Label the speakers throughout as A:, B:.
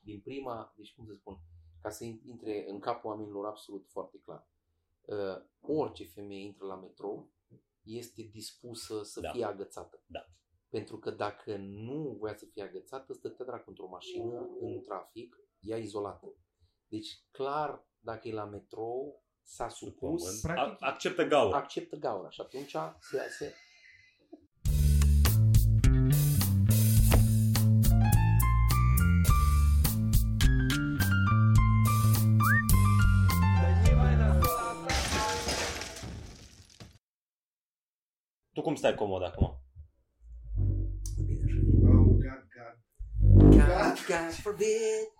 A: din prima, deci cum să spun, ca să intre în capul oamenilor absolut foarte clar. Uh, orice femeie intră la metrou este dispusă să
B: Da.
A: fie agățată.
B: Da.
A: Pentru că dacă nu voia să fie agățată, stătea dracu într-o mașină, în trafic, ea izolată. Deci clar, dacă e la metrou, s-a supus,
B: Pământ.
C: practic-
B: A- acceptă gaură.
A: acceptă gaura și atunci se, se,
B: Tu cum stai comod acum?
A: Bine, așa.
C: Oh, God, God.
A: God, God forbid.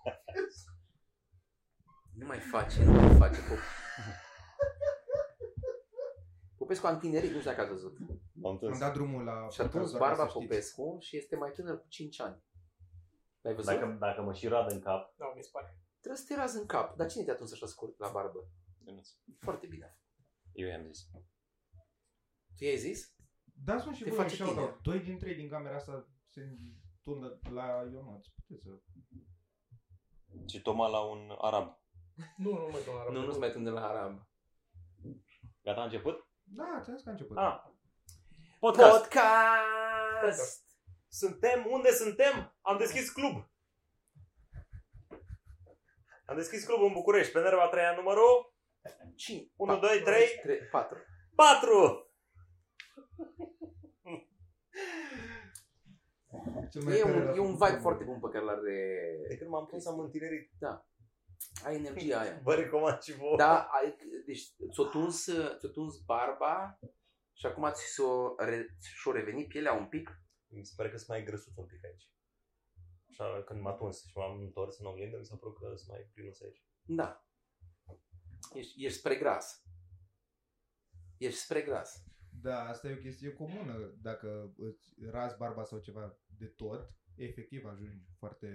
A: Nu mai face, nu mai face pop. Popescu a întinerit, nu știu dacă ați văzut.
B: M-am
C: Am
B: întors.
C: dat drumul la...
A: Și a pus
C: doar ca
A: barba
C: să știți.
A: Popescu și este mai tânăr cu 5 ani. L-ai văzut?
B: Dacă, dacă mă și rad în cap.
D: Da, mi se pare.
A: Trebuie să te razi în cap. Dar cine te-a tuns așa scurt la barbă? Foarte bine. a făcut.
B: Eu i-am zis.
A: Tu i-ai zis?
C: Dați-mă și
A: Te
C: voi un
A: face
C: shout
A: tine.
C: Doi din trei din camera asta se tundă la Ionut. Puteți să...
B: Și Toma la un arab.
D: Nu, nu mă doar.
A: Nu, nu-ți mai tunde la haram.
B: Gata, a început?
C: Da, ți-am zis că a început.
B: Ah. Podcast.
A: Podcast!
B: Suntem? Unde suntem? Am deschis club. Am deschis club în București. Pe nerva treia numărul
A: 5,
B: 1, 2, 3,
A: 4.
B: 4.
C: Cel
A: E
C: tare
A: un,
C: la-
A: e un vibe foarte bun pe care l-are...
B: De când m-am prins am întinerit.
A: Ai energia aia.
B: Vă recomand și vouă.
A: Da, ai, deci ți-o tuns, ți-o tuns barba și acum ți s-o, re, și-o revenit pielea un pic.
B: Mi se pare că sunt mai grăsuț un pic aici. Așa, când m-a tuns și m-am întors în oglindă, mi s-a părut că sunt mai plinos aici.
A: Da. Ești, ești spre gras. Ești spre gras.
C: Da, asta e o chestie comună. Dacă îți razi barba sau ceva de tot, efectiv ajungi foarte...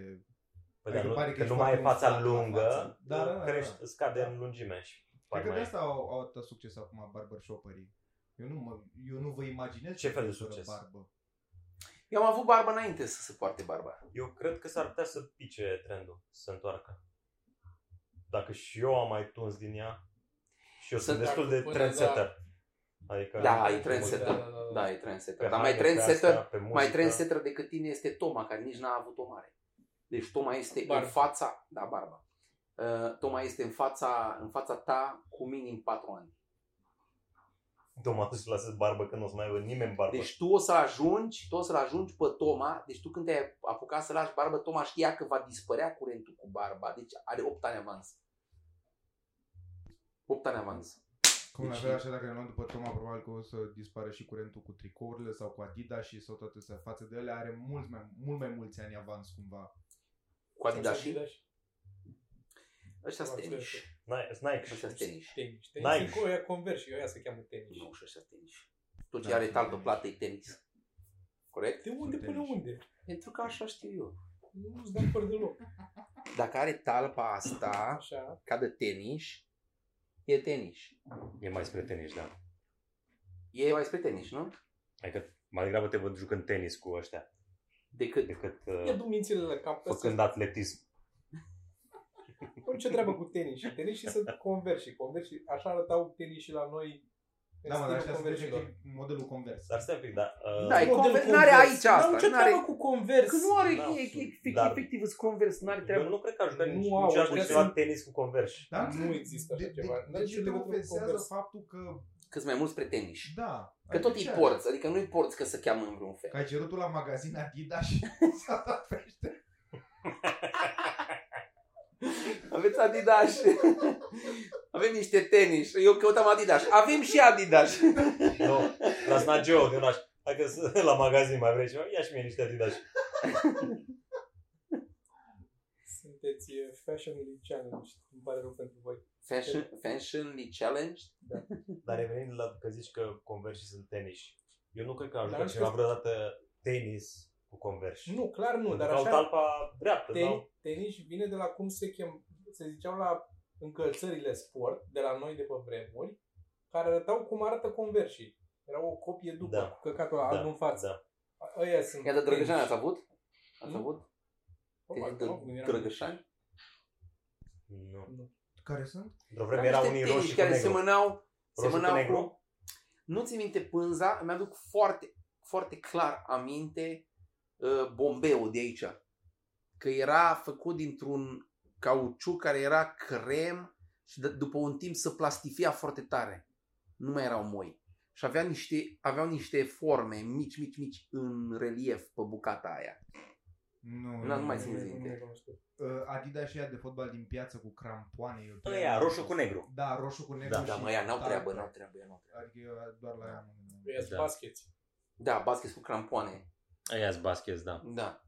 B: Păi,
C: Adică
B: dar nu,
C: pare
B: că, nu
C: că ești
B: mai e
C: foarte
B: fața
C: mult la
B: lungă,
C: față. Da, da, da,
B: crește,
C: da.
B: scade
C: Da.
B: în lungime și
C: Cred
B: pare
C: că de
B: mai...
C: asta au, au atâta succes acum barbershopperii. Eu nu, mă, eu nu vă imaginez
B: Ce fel de
C: fără
B: succes?
C: Barbă.
A: Eu am avut barbă înainte să se poarte barba.
B: Eu cred că s-ar putea să pice trendul, să se întoarcă. Dacă și eu am mai tuns din ea, și eu
A: Să
B: sunt destul de
D: până
B: trendsetter. Adică
A: Da,
B: am
A: e trendsetter.
B: mult
D: Da, da, da.
A: Da, e
B: pe
A: trendsetter. Dar mai
B: haine, pe astea,
A: trendsetter,
B: pe muzică.
A: mai trendsetter decât tine este Toma, care nici n-a avut o mare. Deci Toma este
D: Barba.
A: în fața, da, barba. Uh, Toma este în fața, în fața ta cu minim 4 ani.
B: Toma, tu lasă barbă când nu o să mai văd nimeni barbă.
A: Deci tu o să ajungi, tu o să ajungi pe Toma, deci tu când te-ai apucat să lași barbă, Toma știa că va dispărea curentul cu barba, deci are 8 ani avans. 8 ani avans.
C: Cum la
A: Deci-
C: fel așa, dacă ne luăm după Toma, probabil că o să dispară și curentul cu tricourile sau cu Adidas și sau toate astea. Față de ele are mult mai, mult mai mulți ani avans cumva.
A: Cu Adidas și
D: Adidas.
A: ăștia sunt
D: Adidas.
A: tenis.
B: Nike, Nike.
A: Ăștia sunt tenis.
D: Tenis.
B: Nike.
D: Tenis. Cu ea conversi, eu ea se cheamă tenis.
A: Nu, și ăștia sunt tenis. Tot ce
C: Da,
A: are
C: sunt
A: talpă
C: tenis.
A: plată e tenis. Corect?
D: De unde
C: Sunt
D: până
C: tenis.
D: unde?
A: Pentru că așa știu eu.
D: Nu-ți dau păr deloc.
A: Dacă are talpa asta,
D: Așa.
A: ca de tenis, e tenis.
B: E mai spre tenis, da.
A: E mai spre tenis, nu?
B: Adică mai degrabă te văd jucând tenis cu ăștia
A: Decât
B: decât
D: Ia
B: uh,
D: dumințele la cap.
B: făcând
D: Făcând
B: atletism.
D: ce treabă cu tenis. Și tenis și să conversi. Conversi. Așa arătau tenis și la noi. în
C: Da, mă, dar
D: stilul
C: ăștia sunt
D: conversilor.
C: efectiv modelul convers.
B: Dar stai un pic, da. Uh,
A: Da, e
D: Model
A: Conver-
D: Converse.
A: n-are aici asta,
D: Dar ce
A: n-are-
D: treabă cu convers?
A: Că nu are,
B: Da,
A: e, e, e,
B: dar-
A: efectiv, îți convers, n-are
B: eu
A: treabă.
B: nu cred că aș juca
D: Nu
B: nici,
D: au,
B: nici aș
D: aș
B: nici
D: vrea
B: la
D: să-
B: tenis cu converși.
C: Dar
D: Nu
C: înțeleg-
D: există așa
C: Da? de,
D: ceva.
C: De,
D: N-ai
C: de,
D: nicio
C: ce te
D: legătură cu
C: ofensează
D: Converse.
C: faptul că...
A: Cât mai mult spre tenis.
C: Da.
A: Că tot îi
C: adică-
A: porți, adică nu-i porți că să cheamă în vreun fel.
C: Că ai cerut tu la magazin Adidas și s-a dat pește.
A: Aveți Adidas. Avem niște tenis. Eu căutam Adidas. Avem și Adidas.
B: Nu, la Snageo din oraș. Dacă sunt la magazin mai vrei ceva, ia și mie niște Adidas.
D: Sunteți eh, fashionably challenged. Îmi pare rău pentru voi.
A: Fashion, fashionly challenged.
B: Dar revenind la că zici că converși sunt tenis. Eu nu cred că am
D: Dar
B: jucat
D: nu
B: cineva
D: știu-
B: vreodată tenis cu converși.
D: Nu, clar nu, dar
B: Că au
D: așa
B: talpa dreaptă,
D: ten,
B: sau
D: tenis vine de la cum se chem, se ziceau la încălțările sport, de la noi de pe vremuri, care arătau cum arată conversii. Era o copie după,
B: Da.
D: da. cu căcatul da. alb în față.
B: Da.
D: Da. Aia sunt Oh,
A: Iată, Drăgășani ați
D: tenis.
A: avut? Ați
D: Nu.
A: avut?
D: Probabil, nu, când eram mic.
A: Drăgășani?
B: Da.
E: Nu.
C: Care sunt?
E: Într-o
A: Dar
E: vreme erau
A: niște
E: unii
A: tehnici
E: roșii cu
A: care
E: negru.
A: semănau,
E: Roșu cu
A: semănau
E: negru?
A: cu... Nu ți minte pânza, îmi aduc foarte, foarte clar aminte uh, bombeul de aici. Că era făcut dintr-un cauciuc care era crem și d- după un timp se plastifia foarte tare. Nu mai erau moi. Și avea niște, aveau niște forme mici, mici, mici în relief pe bucata aia.
C: Nu,
A: Nu, nu mai țin
D: Nu,
A: zi.
D: nu, nu cunosc.
C: Uh, Adidas și ea de fotbal din piață cu crampoane. eu
A: Păi,
C: chiar
E: Ăia,
C: nu-
E: roșu cu negru.
C: Da, roșu cu negru
E: Da,
C: și...
A: Dar mă, ea n-au
C: da,
A: treabă,
C: da.
A: n-au treabă, ea n-au treabă.
C: Adică eu doar la ea.
D: Ei, sunt
E: Da.
D: bascheți.
A: Da, basket cu crampoane.
E: Aia baschez, da.
A: Da.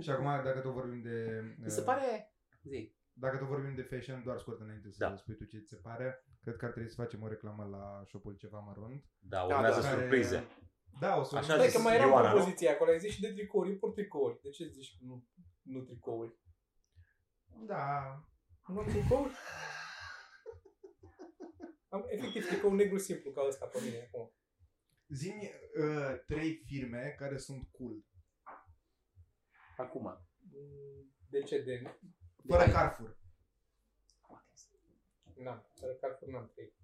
C: Și acum, dacă tot vorbim de...
A: Mi se
C: uh,
A: pare... Zi.
C: Dacă tot vorbim de fashion, doar scurt înainte să
E: Da.
C: spui tu ce ți se pare, cred că ar trebui să facem o reclamă la shop-ul Ceva Mărunt.
E: Da,
A: urmează
E: urmează
A: da,
C: care-
E: surprize.
C: Da, o să...
E: Așa
D: Stai
E: zis
D: că mai era o
E: Ioana, nu?
D: propoziție acolo, ai zis și de tricouri, eu port tricouri. De ce zici că nu, nu tricouri?
C: Da.
D: Nu am tricouri? Am efectiv tricou negru simplu ca ăsta pe mine acum.
C: Zimi uh, trei firme care sunt cool.
A: Acum.
D: Mm, De ce? De...
C: Fără
A: haine.
C: Carrefour.
D: N-am, fără Carrefour n-am trei.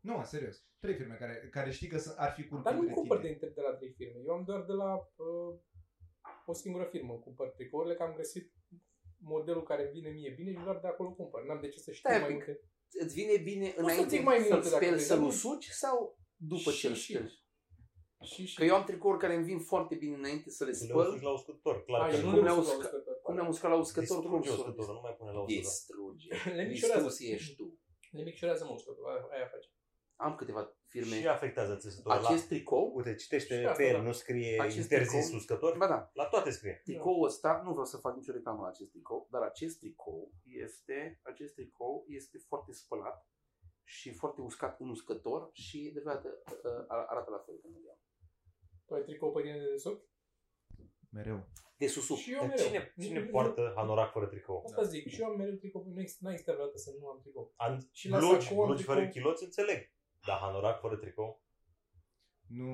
C: Nu, serios. Trei firme care, care știi că sunt- ar fi cool
D: Dar nu
C: pentru
D: cumpăr de
C: tine.
D: internet de la trei firme. Eu am doar de la uh, o singură firmă. Îmi Cumpăr tricourile, că am găsit modelul care îmi vine mie bine și doar de acolo cumpăr. N-am de ce să știu
A: Stai un
D: mai
A: pic.
D: multe.
A: îți vine bine
D: să
A: înainte
D: țin mai
A: să-l
D: multe dacă
A: speli,
D: vrei,
A: să-l
D: dar-
A: usuci sau după
D: Și-
A: ce îl
D: și-
A: ștergi?
D: Și, și
A: Că eu am tricouri care îmi vin foarte bine înainte să le
E: Le usuci
A: spăl.
E: la uscător,
D: Ai,
E: clar. că
A: și
D: nu
E: nu.
A: cum
D: le
A: le-au
D: usuc la
A: uscat-
D: uscător.
A: Cum le-am uscat la uscător, cum
E: Distruge
A: s-o-
E: uscătorul, nu mai pune la uscător.
A: Distruge.
D: Le micșorează.
A: Distrus ești tu.
D: Le micșorează mult uscătorul. Aia- Aia face.
A: Am câteva
E: Și
A: firme.
E: afectează țesătorul la...
A: Acest tricou,
E: Uite, citește
D: Și asta,
E: pe el,
D: da.
E: nu scrie
A: Acest
E: interzis
A: tricou-
E: uscător.
A: ba da,
E: La toate scrie.
A: tricoul ăsta, nu vreau să fac nicio reclamă la acest tricou, dar acest tricou este, acest tricou este foarte spălat și foarte uscat în uscător și de dată arată la fel când îl iau.
D: Tu ai tricou pe tine de desubt?
C: Mereu.
A: De susuc.
D: Și eu
E: Dar
D: mereu.
E: cine, cine
D: Nu-
E: poartă anorac fără tricou?
D: Asta zic, și eu am mereu tricou, nu există, n-a existat vreodată să nu am tricou.
E: An-
D: Și la
E: blugi,
D: sacou am
E: blugi fără
D: tricou.
E: chiloți, înțeleg. Dar hanorac fără tricou?
C: Nu...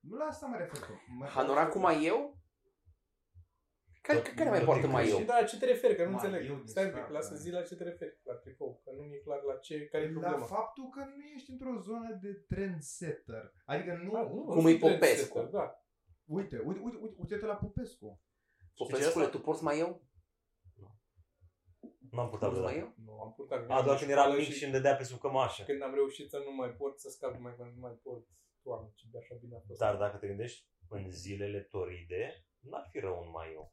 C: Nu la asta mă refer. că- Mă...
A: Hanorac cu mai eu? Care,
E: Tot-
A: care mai
E: tot
A: poartă
E: din
A: mai Păi eu?
D: Și da, la ce te referi, că nu
C: Mai eu
D: înțeleg.
C: din
D: Stai un
C: start,
D: pic, lasă
C: da.
D: zi la ce te referi la tricou, că nu mi-e clar la ce, care e
C: La
D: problema.
C: faptul că nu ești într-o zonă de trendsetter. Adică nu...
D: Ah, nu,
A: Cum e
D: sunt
A: Popescu.
D: trendsetter, Da.
C: Uite, uite, uite, uite, uite-te la Popescu.
A: Popescule, tu porți mai eu?
E: N-am
D: Da,
E: purtat
A: Porți mai
E: vreodată.
A: eu?
D: Nu, am purtat.
E: A,
D: am
E: doar
D: ieșit
E: când eram
D: școală
E: mic și îmi dădea pe sub cămașă.
D: Când am reușit să nu mai port, să scap mai nu mai port. Oameni, ce de așa bine a fost.
E: Dar dacă te gândești, în zilele toride, n-ar fi rău un maiu.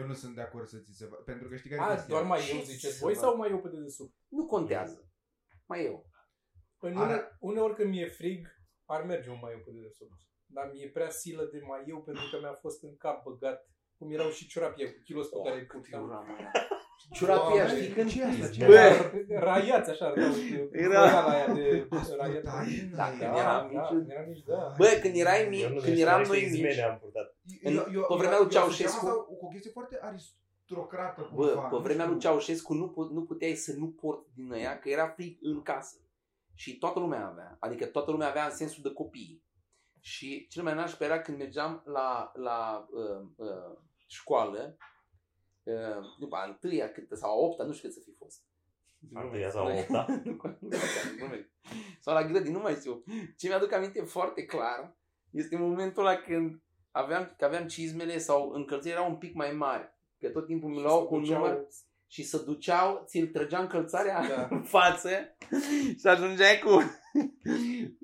C: Eu nu sunt de acord să ți se... va- Pentru că știi care e
D: A,
C: chestia?
D: doar mai
A: Ce
D: eu ziceți
A: să
D: voi
A: fac?
D: sau mai eu pe dedesubt?
A: Nu contează. Mai eu.
D: În
C: Are-
D: une, uneori când mi-e frig, ar merge un maiu pe dedesubt. Dar mi-e prea silă de maieu pentru că mi-a fost în cap băgat cum erau și ciorapii cu kilos
E: Oh,
D: pe care îi purtam.
A: Ciurapia,
C: Doamne,
A: știi când?
C: ce e asta? Ce-
D: Bă! Raiați așa, da, uite,
A: Era-
D: era la aia de raiat.
C: Asculta, Ina,
A: Da,
C: e-
A: da.
D: Da,
A: eram
D: da,
A: mici-
D: când eram mici, da.
A: Bă, când erai
E: Eu nu
A: mic, când
E: știu,
A: eram
E: niște
A: noi
E: izmene
A: mici,
E: am purtat.
A: În-
C: eu- eu-
A: pe vremea
C: eu-
A: lui
C: eu
A: Ceaușescu-
C: făceam asta cu o chestie foarte aristocrată.
A: bă,
C: cumva,
A: pe
C: nu
A: vremea lui
C: știu.
A: Ceaușescu nu, pu- nu puteai să nu porți din ea, că era frig în casă. Și toată lumea avea. Adică toată lumea avea în sensul de copii. Și cel mai nașpa era când mergeam la, la uh, uh, școală, uh, după a întâia câtă, sau a opta, nu știu cât să fi fost.
E: A întâia sau a opta.
A: Nu contează, nu merg. sau la grădini, nu mai știu. Ce mi-aduc aminte foarte clar este momentul ăla când aveam, că aveam cizmele sau încălțările erau un pic mai mari. Că tot timpul mi luau cu un număr și se duceau, ți-l trăgea încălțarea
D: Da.
A: în față și ajungeai cu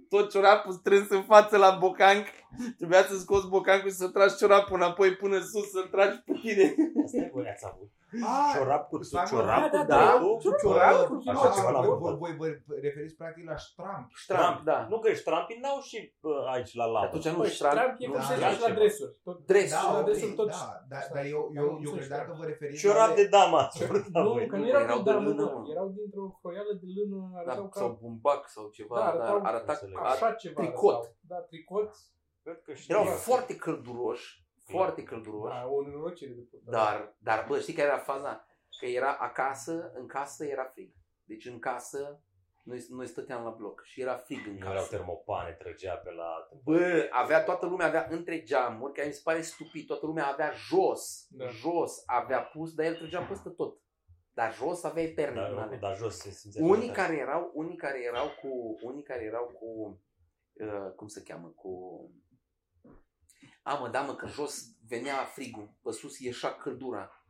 A: tot ciorapul strâns în față la bocanc. Trebuia să scoți bocancul și să tragi ciorapul înapoi până sus, să-l tragi pe tine.
E: Asta e voi ați avut.
C: A,
E: Ciorap cu
C: stai, mă,
E: ciorap
A: da,
E: cu
A: da,
E: tăiatul, cu ciorap.
D: cu
E: Așa
C: a,
E: ceva la
C: voi-
E: modă.
C: voi- voi vă referiți practic la Trump.
A: Ștramp, da.
E: Nu că ștrampii n-au și bă, aici la
A: Dar
E: labă.
A: Atunci nu
D: Păi,
A: ștramp,
D: Trump e
A: nu
D: cum
E: da,
D: se
A: ștramp.
D: zice la
E: altceva.
D: dresuri. Tot
A: Dres.
D: și la
C: ok,
D: adresul tot-
C: da, da, dar eu, eu, eu credeam că vă referiți
E: Ciorap
C: la-
E: de dama ați purtat
D: Nu,
E: voi.
D: că
A: Nu,
D: Da, nu erau
A: erau
D: din
A: de
D: damă,
A: lână,
D: da,
A: mă.
D: erau dintr-o croială de lână, arătau
A: Da,
D: ca
A: sau bumbac sau ceva,
D: Da,
A: dar
D: arătau-
A: arăta
E: Înțeleg.
A: ca
D: așa ceva.
A: tricot.
D: arătau. Da, tricot.
E: Cred că știu.
A: Erau
D: Da.
A: foarte călduroși, foarte călduroși,
D: Da, o nenorocire de purtat.
A: dar, dar bă, știi care era faza? Că era acasă, în casă era frig. Deci în casă, noi, noi stăteam la bloc și era frig în
E: Nu erau
A: casă.
E: termopane, trăgea pe la...
A: Bă, avea toată lumea avea între geamuri, care mi se pare stupid, toată lumea avea jos,
D: Da.
A: jos avea pus, dar el trăgea peste tot. Dar jos aveai perne
D: Da,
A: în
E: Dar,
A: ale.
E: dar jos se simțea
A: Unii
E: ciudătate.
A: care erau, unii care erau cu, unii care erau cu, uh, cum se cheamă, cu, a mă, da mă, că jos venea frigul, pe sus ieșea căldura.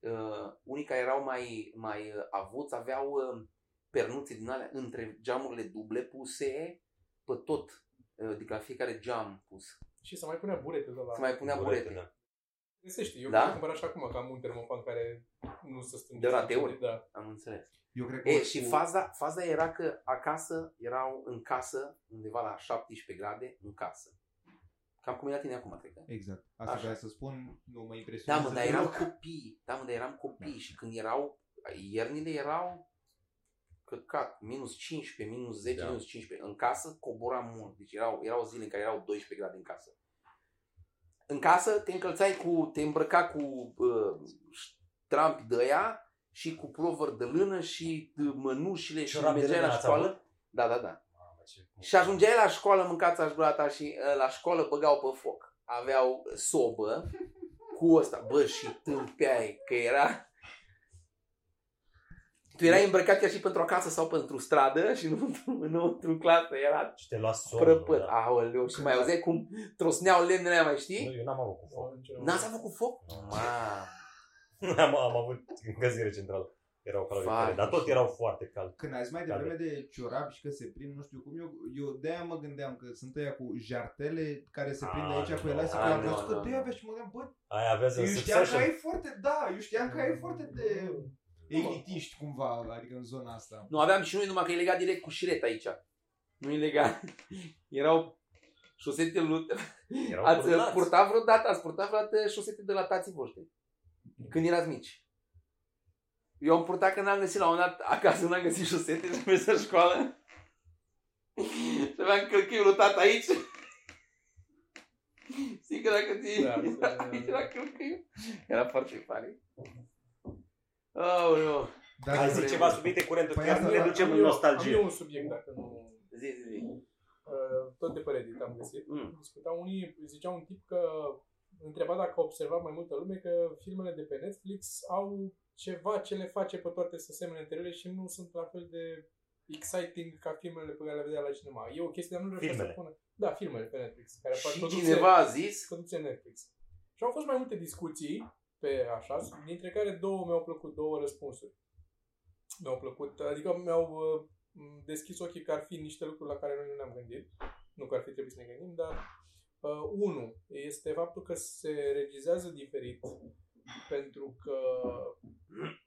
A: Uh, unii care erau mai, mai uh, avuți aveau uh, pernuțe din alea între geamurile duble puse pe tot, uh, adică la fiecare geam pus.
D: Și să mai punea burete de la...
A: Se mai punea burete.
E: da.
D: Găsește, eu
A: Da?
D: da? cumpăr așa acum, că am un termofan care nu se strânge.
A: De rateuri.
D: Da.
A: Am înțeles.
C: Eu cred că...
A: E, și faza, faza era că acasă erau în casă, undeva la 17 grade, în casă. Cam cum e la tine acum, cred că.
C: Exact. Asta
A: Așa.
C: vreau să spun, nu mă
A: Da,
C: impresionează.
A: mă, dar eram
C: deloc.
A: copii. Da, mă, dar eram copii și când erau, iernile erau căcat, minus 15, minus 10,
E: Da.
A: da. minus 15. În casă cobora mult. Deci erau, erau zile în care erau 12 grade în casă. În casă te încălțai cu, te îmbrăca cu uh, trampi de aia și cu plover de lână și uh, mănușile și
E: Ciorapi de
A: mergeai la
E: lână ați
A: școală.
E: avut?
A: Da, da, da.
E: Mamă, ce-
A: Și ajungeai la școală, mâncați așbrata și uh, la școală băgau pe foc. Aveau sobă cu ăsta. Bă, și tâmpeai că era... Tu erai îmbrăcat chiar și pentru acasă sau pentru stradă și nu pentru, nu pentru clasă. Era
E: Și te lua somnul.
A: prăpăt.
E: da.
A: Aoleu, și mai auzeai cum trosneau lemnele aia, mai
E: Nu,
A: știi?
E: eu n-am avut cu foc.
D: Sau nicio-
A: N-ați avut cu foc? Mamă.
E: am, am avut încălzire centrală. Erau calorifere,
A: Vai.
E: dar tot erau foarte calde.
C: Când ai zis mai
E: Da,
C: devreme de ciorapi și că se prind, nu știu cum, eu, eu de-aia mă gândeam că sunt ăia cu jartele care se
E: A,
C: prind aici cu
E: nu.
C: elastic.
A: A,
C: Am
A: nu,
C: crezut
A: nu,
C: că de-aia
A: nu.
C: avea și mă gândeam, bă,
E: Aia aveați
C: eu
E: în
C: știam că
E: Succession.
C: ai foarte, da, eu știam că ai foarte de elitiști cumva, adică în zona asta.
A: Nu, aveam și noi numai că e legat direct cu șiret aici. Nu e legat. Erau șosetele lui...
E: Erau
A: Ați uh,
E: purtați.
A: purtați. purtat vreodată, ați purtat vreodată șosete de la tații voștri? Când erați mici? Eu am purtat că n-am găsit la un dat acasă, n-am găsit șosete și am mers la școală. și aveam călcâiul lui tata aici. Știi că dacă ți
D: Da,
A: era
D: da,
A: aici
D: da.
A: la călcâiul, era foarte funny. Oh, nu.
C: Dar
E: Da, Ai
A: Hai
E: zis
A: zi
E: ceva subiecte curente,
C: Păi
E: chiar
C: asta
E: nu le
C: da,
E: ducem
D: Am
E: în
D: eu-
E: nostalgie.
D: Am eu un subiect, dacă nu...
A: Zi, zi, zi.
D: Uh, tot de pe Reddit am găsit.
A: Mm.
D: Discuta unii, zicea un tip că întreba dacă a observat mai multă lume că filmele de pe Netflix au ceva ce le face pe toate să semene între ele și nu sunt la fel de exciting ca filmele pe care le vedea la cinema. E o chestie, dar nu reușesc să
E: Filmele.
D: pună. Da, filmele pe Netflix. Care fac
A: Și
D: producție-
A: cineva a zis,
D: conduce Netflix. Și au fost mai multe discuții pe așa, dintre care două mi-au plăcut, două răspunsuri. Mi-au plăcut, adică mi-au uh, m- deschis ochii că ar fi niște lucruri la care noi nu ne-am gândit. Nu că ar fi trebuit să ne gândim, dar uh, unul este faptul că se regizează diferit pentru că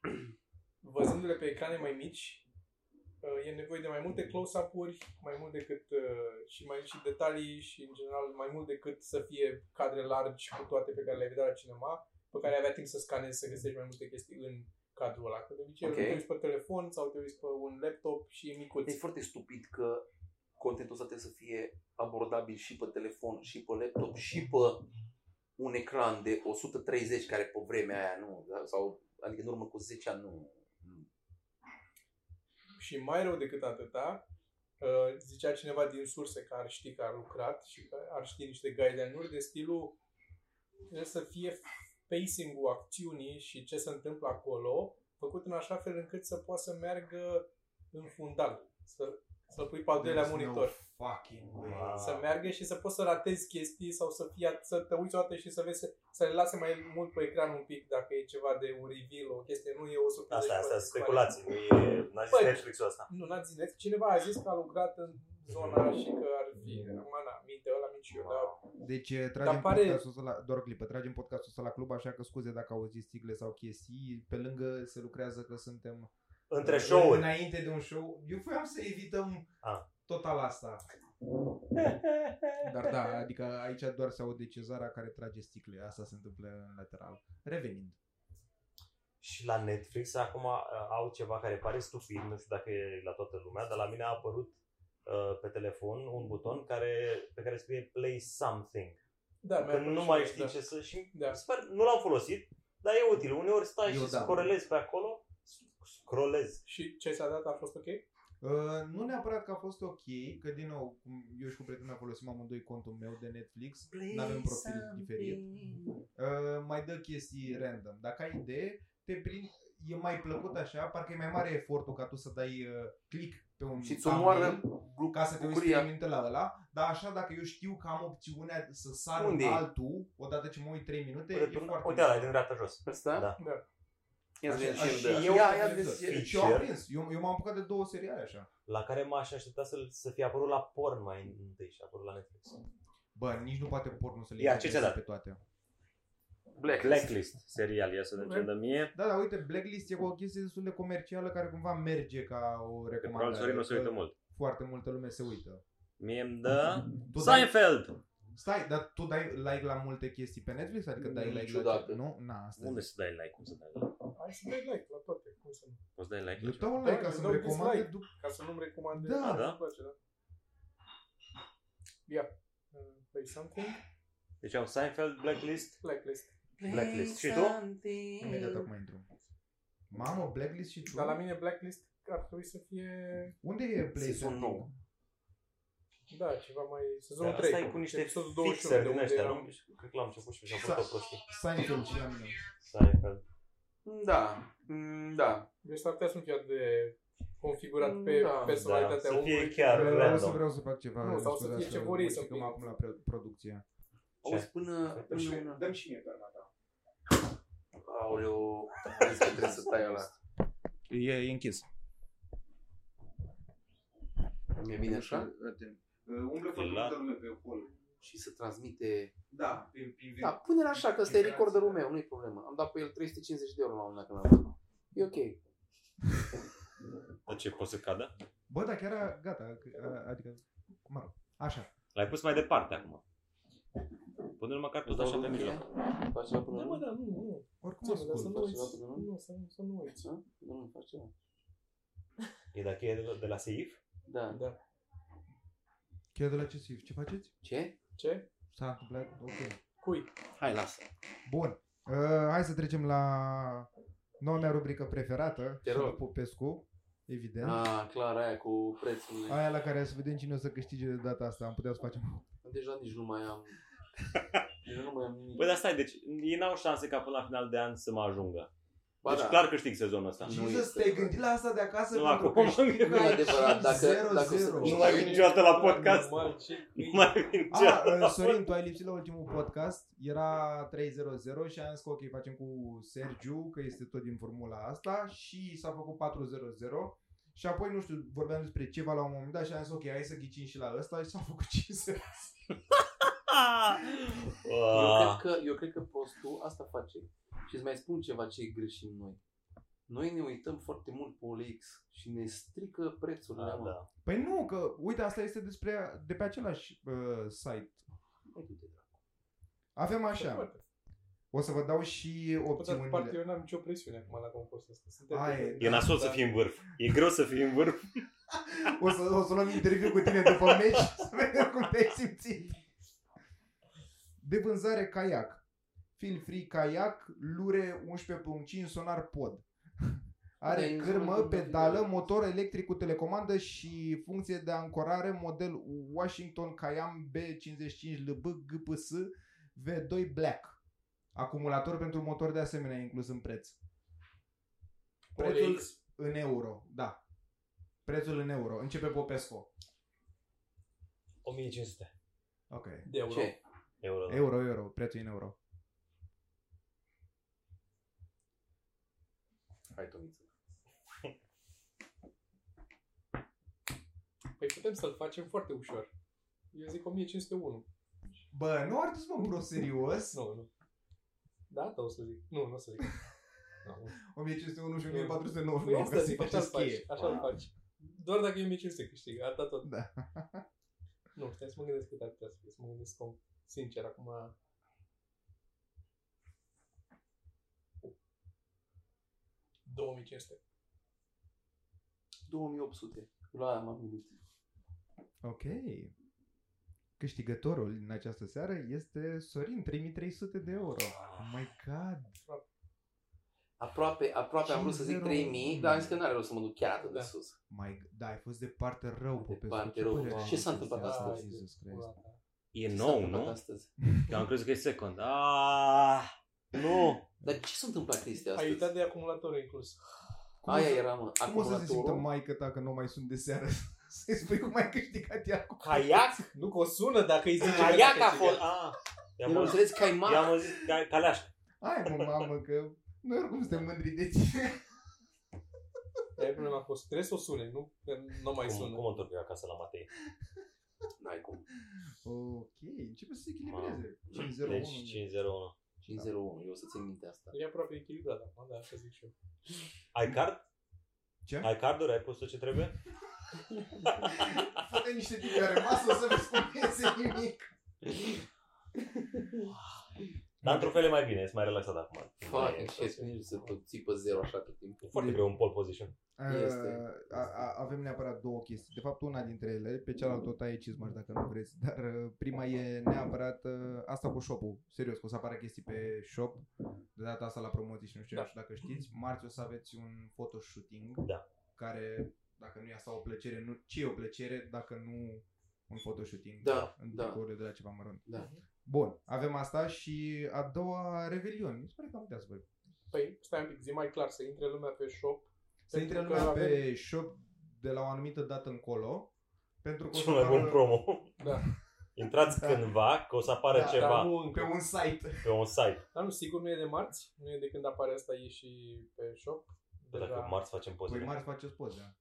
D: văzându-le pe ecrane mai mici, uh, e nevoie de mai multe close-up-uri, mai mult decât uh, și mai și detalii și în general mai mult decât să fie cadre largi cu toate pe care le-ai vedea la cinema, pe care avea timp să scanezi, să găsești mai multe chestii în cadrul ăla. Că de obicei
A: Ok.
D: okay. te uiți pe telefon sau te uiți pe un laptop și e micuț.
A: E foarte stupid că contentul ăsta trebuie să fie abordabil și pe telefon, și pe laptop, și pe un ecran de 130 care pe vremea aia nu, da? sau adică în urmă cu 10 ani nu. nu.
D: Și mai rău decât atâta, uh, zicea cineva din surse că ar ști că a lucrat și că ar ști niște guideline-uri de stilul trebuie să fie pacing-ul acțiunii și ce se întâmplă acolo, făcut în așa fel încât să poată să meargă în fundal, să, să pui
E: Deci
D: pe al doilea
C: There's
D: monitor.
C: No fucking way.
E: Wow.
D: Să meargă și să poți să ratezi chestii sau să, fie, să te uiți o dată și să vezi să le lase mai mult pe ecran un pic dacă e ceva de un reveal, o chestie, nu e o surpriză.
E: Asta,
D: și
E: asta,
D: poate
C: Păi-
D: să
E: speculații. Nu e, n-a zis
D: Băi.
E: Netflix-ul ăsta.
D: nu, n-ați zis, cineva a zis că a lucrat în zona
E: Mm.
D: și că ar fi, acum na, minte ăla mici eu, dar
C: Deci eh, tragem
D: Dar pare-
C: podcastul ăsta la, doar o clipă, tragem podcastul ăsta la club, așa că scuze dacă auziți sigle sau chestii, pe lângă se lucrează că suntem
E: Între
C: eh,
E: show-uri.
C: Înainte de un show, eu voiam să evităm
E: A.
C: total asta. Dar da, adică aici doar se aude cezara care trage sticle, asta se întâmplă în lateral. Revenind.
E: Și la Netflix acum uh, au ceva care pare stupid, nu știu dacă e la toată lumea, dar la mine a apărut uh, pe telefon un buton care, pe care scrie play something.
D: da, mi-a
E: Că
D: plăcut
E: nu
D: și
E: mai
D: mie,
E: știi
D: da.
E: ce să... Și
D: Da.
E: sper, nu l-am folosit, dar e util. Uneori stai
C: Eu
E: și
C: da.
E: scorelezi pe acolo, scrollezi.
D: Și ce s-a dat a fost ok?
C: Uh, nu neapărat că a fost ok, că din nou, cum eu și cu prietenul meu folosim amândoi contul meu de Netflix, nu avem profil diferit. Uh, mai dă chestii random. Dacă ai idee, te prind, e mai plăcut așa, parcă e mai mare efortul ca tu să dai uh, click pe un
A: Și ți-o
C: thumbnail
A: moară glu-
C: ca să te uiți
A: bucuria.
C: 3 minute la ăla, dar așa dacă eu știu că am opțiunea să sar
A: Unde e?
C: în altul, odată ce mă uit 3 minute,
B: Păi,
C: e
E: Uite,
C: foarte
E: uite ăla,
C: mișto.
E: din dreapta jos.
A: Ăsta?
E: Da.
A: Ia să
C: Așa-
A: vedem
C: așa
A: ce
C: și
A: dă.
C: eu
A: Ia, da.
C: am
A: ia
C: zis,
A: vezi ce-
E: Feature.
C: Și eu am prins. Eu, eu m-am apucat de două seriale așa.
E: La care m-aș aștepta să, să fie apărut la porn mai întâi și a apărut la Netflix.
C: Bă, nici nu poate pornul să le
B: Ia,
C: ia
B: ce ți-a dat?
C: pe toate.
A: Blacklist.
B: Blacklist, serial, ia să vedem ce-mi dă mie.
C: Da, dar uite, Blacklist e o chestie destul de comercială care cumva merge ca
B: Că
C: o
B: probabil
C: recomandare.
B: Sorin nu se
C: că
B: uită mult.
C: Foarte multă lume se uită.
B: Mie îmi dă
C: Tu dai,
B: Seinfeld!
C: stai, dar tu dai like la multe chestii pe Netflix? Adică dai like la...
A: Niciodată.
C: ce- Nu? Na, asta
B: Unde
C: e.
B: să dai like? Cum să dai like?
D: Hai să dai like la toate, cum să nu.
B: Poți dai like? la
C: Eu
B: ceva?
C: dau un like
D: Da,
C: ca
D: eu
C: să-mi
D: dau
C: recomande
D: dislike.
C: după...
D: Ca să nu-mi recomande.
C: Da,
B: da.
D: Îmi place, da. Ia. Uh, Play something.
B: Deci am Seinfeld, Blacklist.
D: Blacklist.
E: Mm.
B: Blacklist. Și tu?
C: Imediat acum intru. Mamă, Blacklist și tu?
D: Dar la mine Blacklist ar trebui să fie...
C: Unde e Play
A: Sezon
C: Something?
A: nou.
D: Da, ceva mai... Sezonul
E: Dar
D: 3.
E: asta e Da, cu niște
D: episodul 21
E: fixeri
D: de
E: din
D: unde
E: ăștia,
D: eram.
E: nu? Cred că l-am început și mi-a făcut o prostie.
C: Seinfeld și la mine.
E: Seinfeld.
A: Da. Mm, Da.
D: Deci s-ar putea să nu fie atât de
C: Mm,
D: configurat pe
A: Da.
E: Da,
D: personalitatea
E: să fie
D: omului.
E: chiar
C: Vreau, vreau să
E: random.
C: vreau să fac ceva.
D: Nu, sau să
C: scuzați
D: fie ce
C: că
D: vor ei
C: mă
D: să
C: ridicăm
D: fie.
C: acum la pre- producție.
A: Auzi, până...
E: Dăm
A: până una.
F: Dăm și mie pe arma ta.
A: Aoleu, am zis că trebuie să tai ăla.
C: E, e închis.
A: Mi-e bine
C: Da?
A: așa?
F: Atent. Uh, Umblă foarte
B: La-
F: multă lume pe hol.
A: Și să transmite...
F: Da, prin, prin
A: Da, pune-l așa, că ăsta e recorderul meu, nu-i problemă. Am dat pe el 350 de euro la un moment dat când l-am dat. E ok.
B: Dar ce, poți să cadă?
C: Bă, dar chiar a, gata, că- a- adică, mă rog, așa.
B: L-ai pus mai departe acum. Pune-l măcar tot așa pe mijloc.
A: Faci ceva până la
D: Da, mă,
A: urmă?
D: dar nu, nu.
C: Oricum
D: Ține, dar să nu
C: ascult.
A: faci
D: uiți.
A: ceva până la
D: Nu, să nu- să nu uiți.
A: Ha? Nu, faci ceva.
E: E dacă e de la- de la Seif?
A: Da.
D: Da.
C: Chiar de la ce ce faceți?
A: Ce?
D: Ce?
C: S-a întâmplat? Ok.
D: Cui?
A: Hai, lasă.
C: Bun. Uh, hai să trecem la noua mea rubrică preferată.
A: Te
C: și
A: rog.
C: Popescu, evident.
A: Ah, clar, aia cu prețurile.
C: Aia la care să vedem cine o să câștige de data asta. Am putea să facem.
A: Deja nici nu mai am... Deja nu mai am nimic.
B: Păi dar stai, deci ei n-au șanse ca până la final de an să mă ajungă.
A: Ba
B: deci
A: da.
B: clar câștig sezonul ăsta.
A: Nu
C: Jesus,
A: este
C: te-ai
A: adevărat.
C: gândit la asta de acasă?
B: Nu,
C: pentru
B: acum
C: că
B: mă
C: știi
B: gândesc.
C: că
B: Nu e
C: ai
A: adevărat, dacă-
C: 0-0.
A: dacă o să-
B: Nu mai vin niciodată la podcast.
D: Normal, ce?
B: Nu mai vin
C: Ah,
B: niciodată
C: uh,
B: la
C: Sorin, tu ai lipsit la ultimul podcast, era 3-0-0 și am zis că ok, facem cu Sergiu, că este tot din formula asta și s-a făcut 4-0-0 și apoi, nu știu, vorbeam despre ceva la un moment dat și am zis ok, hai să ghicim și la ăsta și s-a făcut 5
A: Eu
B: Ah.
A: cred, că, eu cred că prostul asta face. Și îți mai spun ceva ce greșim noi. Noi ne uităm foarte mult pe OLX și ne strică prețurile.
B: Ah,
E: Da,
A: mă.
E: da.
C: Păi nu, că uite, asta este despre, de pe același uh, site.
A: Hai du-te, dracu.
C: Avem așa,
D: Poate.
C: o să vă dau și
D: Pe de altă parte,
C: opțiunile.
D: eu n-am nicio presiune acum la concursul ăsta. Suntem
C: Aia
D: pe-
C: e.
B: E nasol să
D: Da.
B: fii în vârf. E greu să fii în vârf.
C: O să, o să luăm interviu cu tine după meci să vedem cum te-ai simțit. De vânzare caiac. Feel free caiac, lure 11.5 sonar pod. Are
A: Da, e
C: cârmă,
A: unul din
C: pedală,
A: motivele.
C: motor electric cu telecomandă și funcție de ancorare model Washington Cayam B55 LB GPS V2 Black. Acumulator pentru motor de asemenea inclus în preț. Prețul
D: OLX.
C: în euro, da. Prețul în euro. Începe Popescu.
E: 1500
C: Ok.
D: De euro.
A: Ce?
B: Euro.
C: Euro, da. euro. Prețul e în euro.
A: Hai, Tomiță.
D: Păi putem să-l facem foarte ușor. Eu zic 1501.
C: Bă, nu ar trebui să mă pro serios.
D: Nu, nu. Da, da, o să zic. Nu, nu o să zic. Nu.
C: 1501 și
D: Păi
C: 1499,
D: asta
C: ca să
D: zic,
C: faci
D: așa-l faci.
C: schie.
D: Așa-l faci. Doar dacă e 1500 câștig, atâta tot.
C: Da.
D: Nu, stai să mă gândesc cât ar putea să fie, să mă gândesc cum, sincer, acum... ...2500.
A: 2800. La aia m-am gândit.
C: Ok. Câștigătorul în această seară este Sorin, 3300 de euro. Oh my god.
A: Aproape, aproape am vrut să zic
C: 50.
A: 3000, dar am zis că n-are rost să mă duc chiar atât de
D: Da.
A: sus.
C: My, da, ai fost de parte rău,
A: De
C: Popescu.
A: parte
C: Ce
A: rău.
C: părere ai
A: Ce s-a
C: despre
A: întâmplat
C: asta?
D: astăzi?
C: Jesus Christ.
B: E
A: Ce s-a
B: nou,
A: întâmplat
B: nu?
A: Astăzi?
B: Că am crezut că e second. Ah. Nu!
A: Dar ce s-a întâmplat chestia
D: Ai
A: asta?
D: uitat de acumulator inclus.
C: Cum o
A: Aia
C: să-
A: era, mă,
C: Cum o să se simtă
A: acumulatorul.
C: maică ta că nu mai sunt de seară? Să-i spui cum ai câștigat ea cu...
E: Caiac?
D: Nu că o sună dacă îi zice că
E: Caiac
D: dacă
E: a
D: ce
E: fost!
D: gata.
E: Ah,
A: Eu
E: i-am
A: nu
E: auzit,
A: înțeles că ai mar.
E: i-am auzit ca- caleaș.
C: Hai mă, mamă, că noi oricum suntem mândri de tine.
D: Ai problema cu trebuie să o sune, nu? Că nu mai
E: Cum, cum
D: sună.
E: mă întorc eu acasă la Matei?
A: N-ai cum.
C: Ok, tipo începe să se echilibreze.
E: Deci
C: 5-0-1.
E: 5-0-1.
A: 501, eu o să țin minte asta.
D: E aproape echilibrat acum, da, așa zic și eu.
E: Ai card?
C: Ce?
E: Ai carduri? Ai pus tot ce trebuie?
C: Fă-te niște tipi la masă să nu-ți compenseze nimic.
E: Dar într-un fel e mai bine, ești mai relaxat acum.
A: Fuck, ce spune să tot ții pe zero așa tot timpul.
E: E foarte greu un pole position.
A: Este.
C: Ă, A, a, avem neapărat două chestii. De fapt, una dintre ele, pe
A: Mm.
C: cealaltă o taie cizmaș dacă nu vreți, dar uh, prima e neapărat uh, asta cu shop-ul. Serios, că o să apară chestii pe shop, de data asta la promoții și nu știu,
D: Da.
C: nu știu dacă știți. Marți o să aveți un photoshooting
E: Da.
C: care, dacă nu e asta o plăcere, nu, ce e o plăcere dacă nu un photoshooting
A: Da,
C: în
A: da.
C: tricourile de la ceva mărunt.
A: Da.
C: Bun, avem asta și a doua, Revelion. Mi se pare că am uitat să vă
D: Păi, stai un pic, zi mai clar, să intre lumea pe shop.
C: Să intre
D: Pentru
C: lumea
D: că avem-
C: pe shop de la o anumită dată încolo. Pentru că o să
E: Cel mai bun
C: apară
E: promo.
D: Da.
E: Intrați
C: Da.
E: cândva, că o să apară
C: Da,
E: ceva
D: Dar nu încă.
C: pe un site.
E: pe un site.
D: Dar nu, sigur nu e de marți, nu e de când apare asta, e și pe shop.
E: Bă,
D: Da.
E: Dacă marți facem
C: Păi
E: poze.
C: mari faceți poze. da.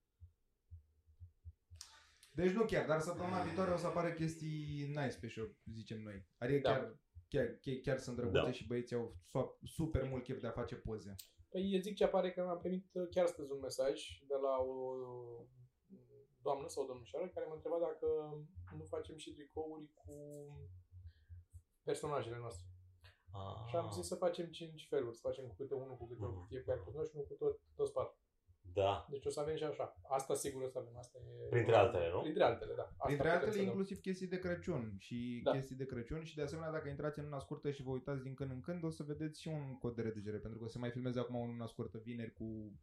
C: Deci nu chiar, dar săptămâna viitoare o să apară chestii nice pe shop, zicem noi. Adică
D: Da.
C: chiar, chiar, chiar, chiar sunt drăguțe
E: Da.
C: și băieții au so- super mult chef de a face poze.
D: Păi eu zic ce apare că am primit uh, chiar astăzi un mesaj de la o doamnă sau domnișoară care mă întreba dacă nu facem și tricouri cu personajele noastre.
E: Ah,
D: Și am zis să facem 5 feluri, să facem cu câte unul, cu câte unul,
E: Mhm.
D: fiecare cu noi și unul cu tot, toți patru.
E: Da.
D: Deci o să avem și așa. Asta sigur o să avem, asta e...
E: Printre altele, nu?
D: Printre altele, da. Asta
C: Printre
D: putem
C: altele,
D: să dăm.
C: inclusiv chestii de Crăciun și
D: Da.
C: chestii de Crăciun și de asemenea, dacă intrați în una scurtă și vă uitați din când în când, o să vedeți și un cod de reducere, pentru că se mai filmeze acum în una scurtă vineri cu...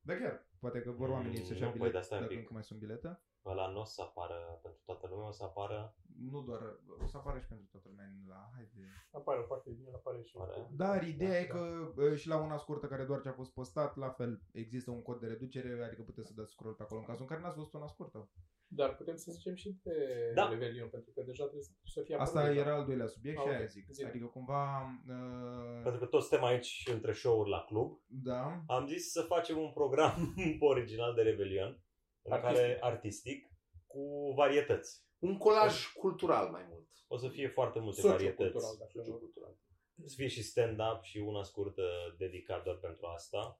C: Da chiar, poate că vor
E: Mm,
C: oamenii să-și
E: nu,
C: ia
E: păi,
C: bilete,
E: dar stai un
C: dacă
E: pic.
C: încă mai sunt bilete.
E: Ăla nu o să apară pentru toată lumea, o să apară...
C: Nu doar, o să apară și pentru toată lumea în la... Haide.
D: Apare o parte din el, apare și...
E: Apare.
C: Dar ideea
D: Da,
C: e
D: da.
C: că uh, și la una scurtă care doar ce a fost postat, la fel, există un cod de reducere, adică puteți să dați scroll pe acolo în cazul în care n-ați văzut una scurtă.
D: Dar putem să zicem și de
E: Da.
D: Revelion, pentru că deja trebuie să- să fie
C: Asta
D: apărut, da.
C: era al doilea subiect și
D: Ah, ok.
C: aia zic.
D: Zi.
C: Adică cumva... Uh,
E: Pentru că toți suntem aici între show-uri la club.
C: da.
E: Am zis să facem un program original de Revelion, în
D: Artistic.
E: care artistic, cu varietăți.
A: Un colaj cultural mai mult.
E: O să fie foarte multe
D: Sociocultural,
E: varietăți.
D: dacă
A: Sociocultural. da.
D: vrei.
E: O să fie și stand-up și una scurtă dedicat doar pentru asta.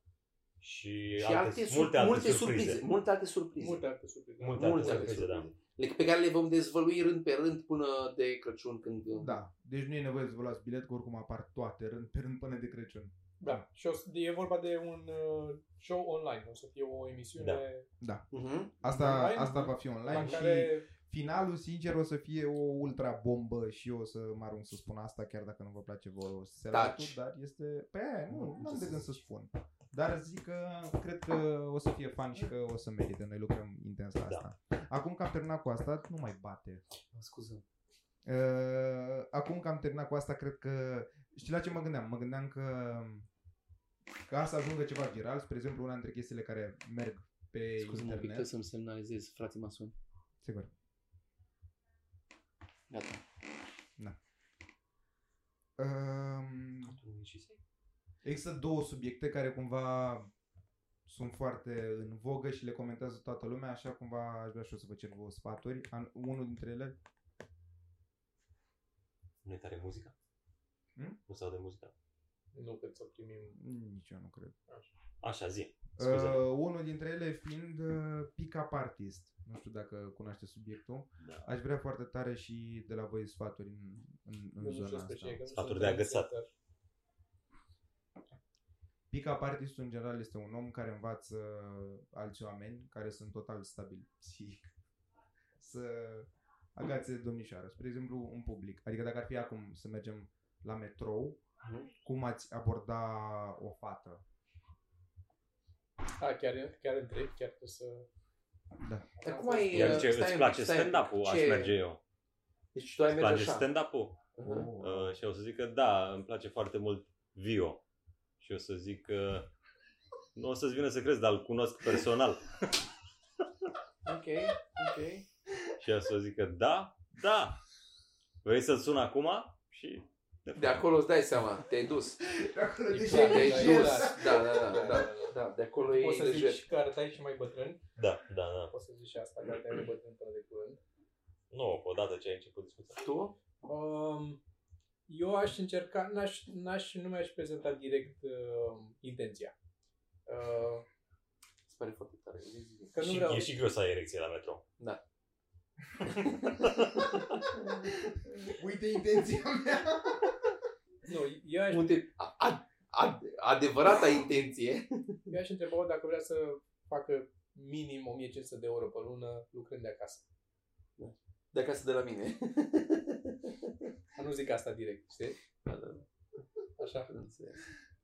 E: Și,
A: Și
E: alte,
A: alte,
E: multe alte
A: multe
E: surprize.
A: surprize. Multe alte surprize.
D: Multe alte surprize.
E: Multe
A: Multe
E: alte
A: alte
E: surprize, da.
A: surprize. Le- Pe care le vom dezvălui rând pe rând până de Crăciun când...
C: Da, deci nu e nevoie să vă luați bilet, că oricum apar toate rând pe rând până de Crăciun.
D: Da. Și o să, e vorba de un uh, show online. O să fie o emisiune
E: Da.
A: Mhm.
C: Asta,
D: Online?
C: asta va fi
D: la
C: online și care...
D: care...
C: finalul, sincer, o să fie o ultra bombă și eu o să mă arunc să spun asta, chiar dacă nu vă place vouă selatul,
A: Taci.
C: dar este... Pe aia, nu,
A: Nu,
C: nu am
A: ce
C: de
A: să
C: gând să
A: zici.
C: spun. Dar zic că cred că o să fie fan și că o să merite. Noi lucrăm intens la
E: Da.
C: asta. Acum că am terminat cu asta, nu mai bate.
A: Scuze.
C: Uh, acum că am terminat cu asta, cred că... Știi la ce mă gândeam? Mă gândeam că... Ca să ajungă ceva viral, spre exemplu, una dintre chestiile care merg pe
A: Scuze-mă un pic,
C: internet...
A: trebuie să-mi semnalizez, frate mason.
C: Sigur.
A: Gata.
C: Um, există două subiecte care cumva sunt foarte în vogă și le comentează toată lumea, așa cumva aș vrea și eu să vă cer vouă sfaturi. An- unul dintre ele...
E: Nu e tare muzica?
C: Hmm?
E: Nu se aude muzica?
D: Nu cred să primim...
C: Nici eu nu cred.
E: Așa, zi. Scuze.
C: Uh, unul dintre ele fiind uh, pick-up artist. Nu știu dacă cunoaște subiectul.
E: Da.
C: Aș vrea foarte tare și de la voi sfaturi în, în, în
D: Nu știu
C: zona
D: despre
C: asta.
D: ce e, că nu
E: Sfaturi
D: sunt
E: de
D: în
E: agățat.
D: teatru.
C: Pick-up artistul în general este un om care învață uh, alți oameni care sunt total stabili psihic să agațe domnișoară. Spre exemplu, în public. Adică dacă ar fi acum să mergem la metrou,
A: Mhm.
C: cum ați aborda o fată?
D: A, chiar, chiar întreb, chiar trebuie să...
C: Da.
A: Dar cum ai...
E: Iar ce,
A: stai un
E: îți
A: pic,
E: place
A: stai un pic.
E: stand-up-ul? Aș
A: Ce-
E: merge eu.
A: Deci tu ai
E: Îți
A: merge
E: place
A: așa.
E: stand-up-ul?
C: Oh.
A: Mhm.
B: Uh,
E: Uh, și o să zic că da, îmi place foarte mult
B: Vio. Și o să zic că... Nu o să-ți vină să crezi, dar îl cunosc personal.
A: Ok, ok.
B: Și ea să zică, da, da. Vrei să-l sun acum? Și...
A: De acolo îți dai seama, te-ai dus.
D: Deci,
C: De acolo
A: E
C: deja
A: clar,
D: te-ai
C: e
D: dus.
C: legat.
A: Da, da, da, da, da, da, de acolo e
D: Poți să
A: lejer.
D: zici că arătai și mai bătrân.
B: Da, da, da.
D: Poți să zici și asta, că arătai mai bătrân până de curând.
B: Nu, odată ce ai început discuția.
A: Tu?
D: Um, eu aș încerca, n-aș, n-aș, nu mi-aș prezenta direct uh, intenția. Uh,
A: Se pare foarte tare. Zi, zi, zi.
D: că nu
B: Și,
D: vreau...
B: e și greu să ai erecție la metro.
C: Uite intenția mea.
D: Nu, eu aș,
A: Uite, a- a- a- adevărata intenție.
D: eu aș întreba dacă vrea să facă minim 1500 de euro pe lună lucrând de acasă.
A: De acasă de la mine.
D: Dar nu zic asta direct, știi?
A: Da, da, da.
D: Așa,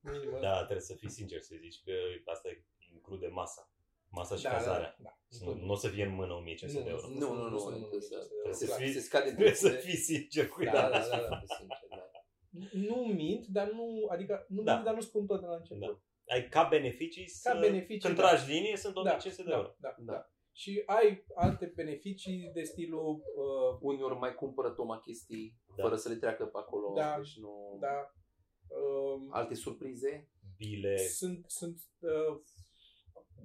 D: minim.
B: Da, trebuie să fii sincer să zici că asta include masa. Masa și
D: da, da,
B: cazarea.
D: da, da.
B: Să Nu, nu o să fie în mână 1500 de euro.
A: Nu, nu, nu,
D: sunt
A: nu,
D: 1500 de euro.
A: trebuie
B: să
D: Clar.
B: fii-
A: Se scade
B: Trebuie să
A: din-
B: fii sincer cu
A: Da,
B: ea.
A: da,
D: da,
A: da,
D: da,
A: da, sincer, da.
D: Nu mint, dar nu, adică nu
B: Da.
D: mint, dar nu spun tot de la început.
B: Da. Ai ca beneficii
D: Ca
B: să,
D: beneficii,
B: când
D: da.
B: tragi linie sunt
D: Da,
B: 1500 de euro.
D: da, da,
A: Da.
D: da. Și ai alte beneficii de stilul, uh,
A: Uneori mai cumpără Toma chestii
B: Da.
A: fără să le treacă pe acolo.
D: Da.
A: Deci nu...
D: da, uh,
A: Alte surprize.
B: Bile,
D: sunt, sunt uh,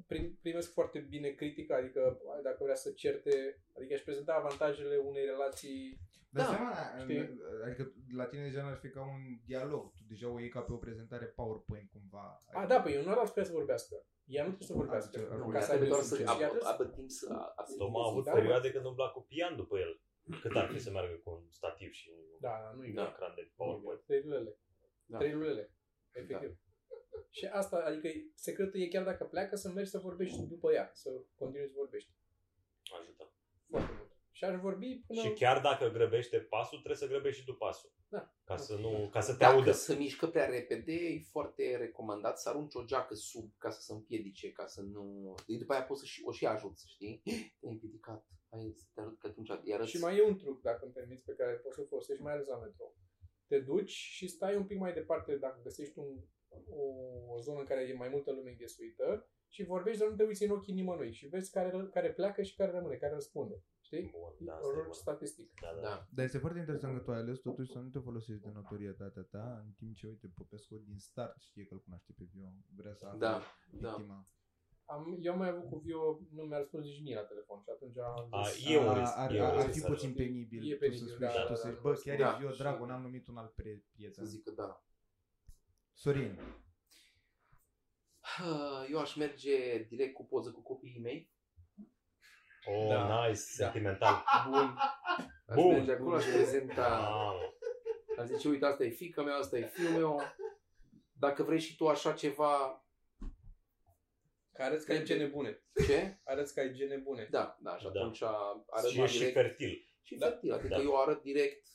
D: prim, primesc foarte bine critică, adică dacă vrea să certe, adică aș prezenta avantajele unei relații,
C: Dar
A: Da,
C: seama,
D: știi?
C: adică la tine deja n-ar fi ca un dialog. Tu deja o iei ca pe o prezentare PowerPoint cumva.
D: a, da, pe eu nu ar trebui să vorbească, ea nu trebuie să
C: Ah,
D: vorbească,
C: deci,
D: nu,
A: Nu,
D: ca să aibă
A: trebuie doar
D: succes.
A: să
D: Ea
A: abă,
D: trebuie să-
A: abă timp să
B: Toma a avut
D: Da,
B: perioade când umbla cu pian după el. Cât ar fi să meargă cu un stativ și un
D: Da, da, nu e
A: Da.
D: greu.
B: ecran de PowerPoint.
D: PowerPoint. Trei lulele.
A: Da.
D: Da. Trei lulele. Efectiv. Da. Și asta, adică secretul e chiar dacă pleacă să mergi să vorbești după ea, să continui să vorbești. Da.
B: Ajută.
D: Foarte mult. Și aș vorbi până...
B: Și chiar dacă grăbește pasul, trebuie să grăbești și tu pasul.
D: Da.
B: Ca să, nu, ca să te
A: Dacă
B: audă.
A: se mișcă prea repede, e foarte recomandat să arunci o geacă sub ca să se împiedice, ca să nu... Deci după aia poți să și, o și ajuți, știi? Te-ai împiedicat, hai să te arăt că atunci îi arăți.
D: Și mai e un truc, dacă îmi permiți, pe care poți să-l folosești, mai ales la metrou. Te duci și stai un pic mai departe, dacă găsești un, o, o zonă în care e mai multă lume înghesuită, și vorbești, dar nu te uiți în ochii nimănui și vezi care, ră- care pleacă și care rămâne, care răspunde. Știi?
B: Bun,
D: Da,
B: da, asta e bun.
D: statistic.
B: Da, da.
A: Da.
C: Dar este foarte interesant că tu ai ales totuși să nu te folosești de notorietatea ta, în timp ce, uite, Popescu din start știe că îl cunoaște pe Vion. Vrea să afle
A: Da, da.
C: victima.
D: Am, eu am mai avut cu Vio, nu mi-a răspuns nici mie la telefon și atunci am
B: A,
D: zis, "Ah,
B: e un
C: A,
B: risc,
C: ar,
B: e un
C: ar, ar
B: risc,
C: fi
B: ar
C: puțin
D: fi.
C: penibil,
D: E
C: tu să
D: penibil,
C: spui
D: da,
C: și
D: da,
C: tu
D: da,
C: să zici,
D: da.
C: bă, chiar
A: Da.
C: e Vio, dragul, n-am numit un alt pre-
A: Să
C: prieten.
A: zic că da.
C: Sorin,
A: Eu aș merge direct cu poză cu copiii mei.
B: Oh,
D: Da.
B: nice, sentimental.
A: Bun. Aș
B: Bun.
A: merge acolo, aș prezenta,
B: Mamă.
A: aș zice, uite, asta e fica mea, asta e fiul meu. Dacă vrei și tu așa ceva,
D: că arăți că ai gene bune.
A: ce?
D: Arăți că ai gene bune.
A: Da, da, și
B: Da.
A: atunci arăt
B: Și e
A: mai
B: și
A: direct.
B: fertil.
A: Și
D: Da.
A: fertil, adică
B: Da.
A: eu arăt direct